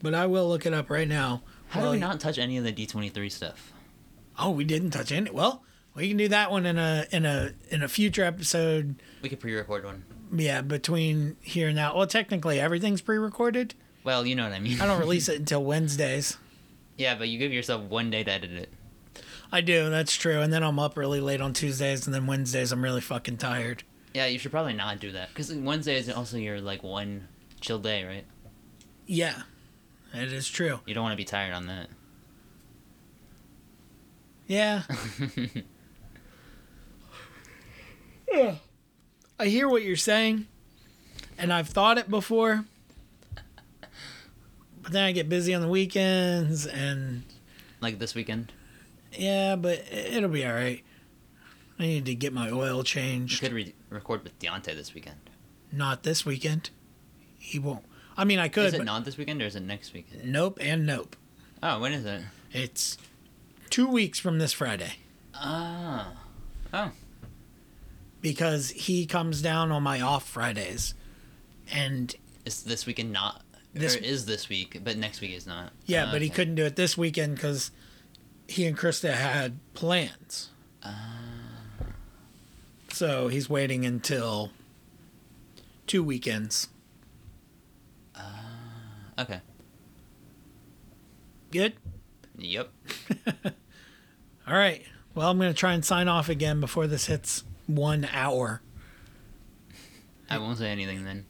But I will look it up right now.
How do
Well,
we not touch any of the D23 stuff?
Oh, we didn't touch any. Well, we can do that one in a in a in a future episode.
We could pre-record one.
Yeah, between here and now. Well, technically, everything's pre recorded.
Well, you know what I mean.
I don't release it until Wednesdays.
yeah, but you give yourself one day to edit it.
I do, that's true. And then I'm up really late on Tuesdays, and then Wednesdays, I'm really fucking tired.
Yeah, you should probably not do that because Wednesday is also your like one chill day, right?
Yeah, it is true.
You don't want to be tired on that.
Yeah. Yeah. I hear what you're saying, and I've thought it before, but then I get busy on the weekends, and
Like this weekend,
yeah, but it- it'll be all right. I need to get my oil
you
changed.
could re- record with Deontay this weekend.
Not this weekend. He won't. I mean, I
Is
could.
it
but
not this weekend or is it next weekend?
Nope and nope.
Oh, when is it?
It's two weeks from this Friday
Ah, oh,
because he comes down on my off Fridays. And
is this weekend not?
This-
or is this week, but next week is not.
yeah,
Ah,
but he
okay.
couldn't do it this weekend because he and Krista had plans.
Ah,
So he's waiting until two weekends.
ah. Okay.
Good?
Yep.
All right. Well, I'm going to try and sign off again before this hits one hour.
I won't say anything then.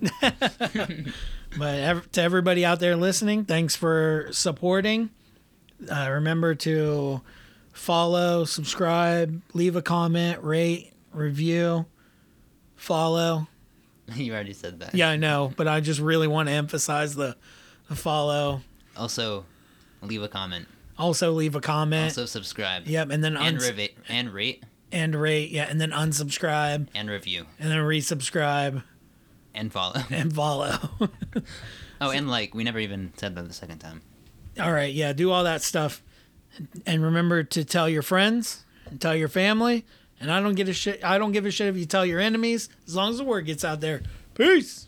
But ev- to everybody out there listening, thanks for supporting. Uh, remember to follow, subscribe, leave a comment, rate, review, follow.
you already said that.
Yeah, I know, but I just really want to emphasize the, the follow.
Also, leave a comment.
Also, leave a comment.
Also subscribe.
yep, and then
And
uns-
rivet and rate
and rate. Yeah, and then unsubscribe,
and review
and then resubscribe
and follow.
and follow.
Oh, and like we never even said that the second time.
all right, yeah, do all that stuff, and remember to tell your friends, and tell your family, and I don't get a shit. I don't give a shit if you tell your enemies, as long as the word gets out there. Peace.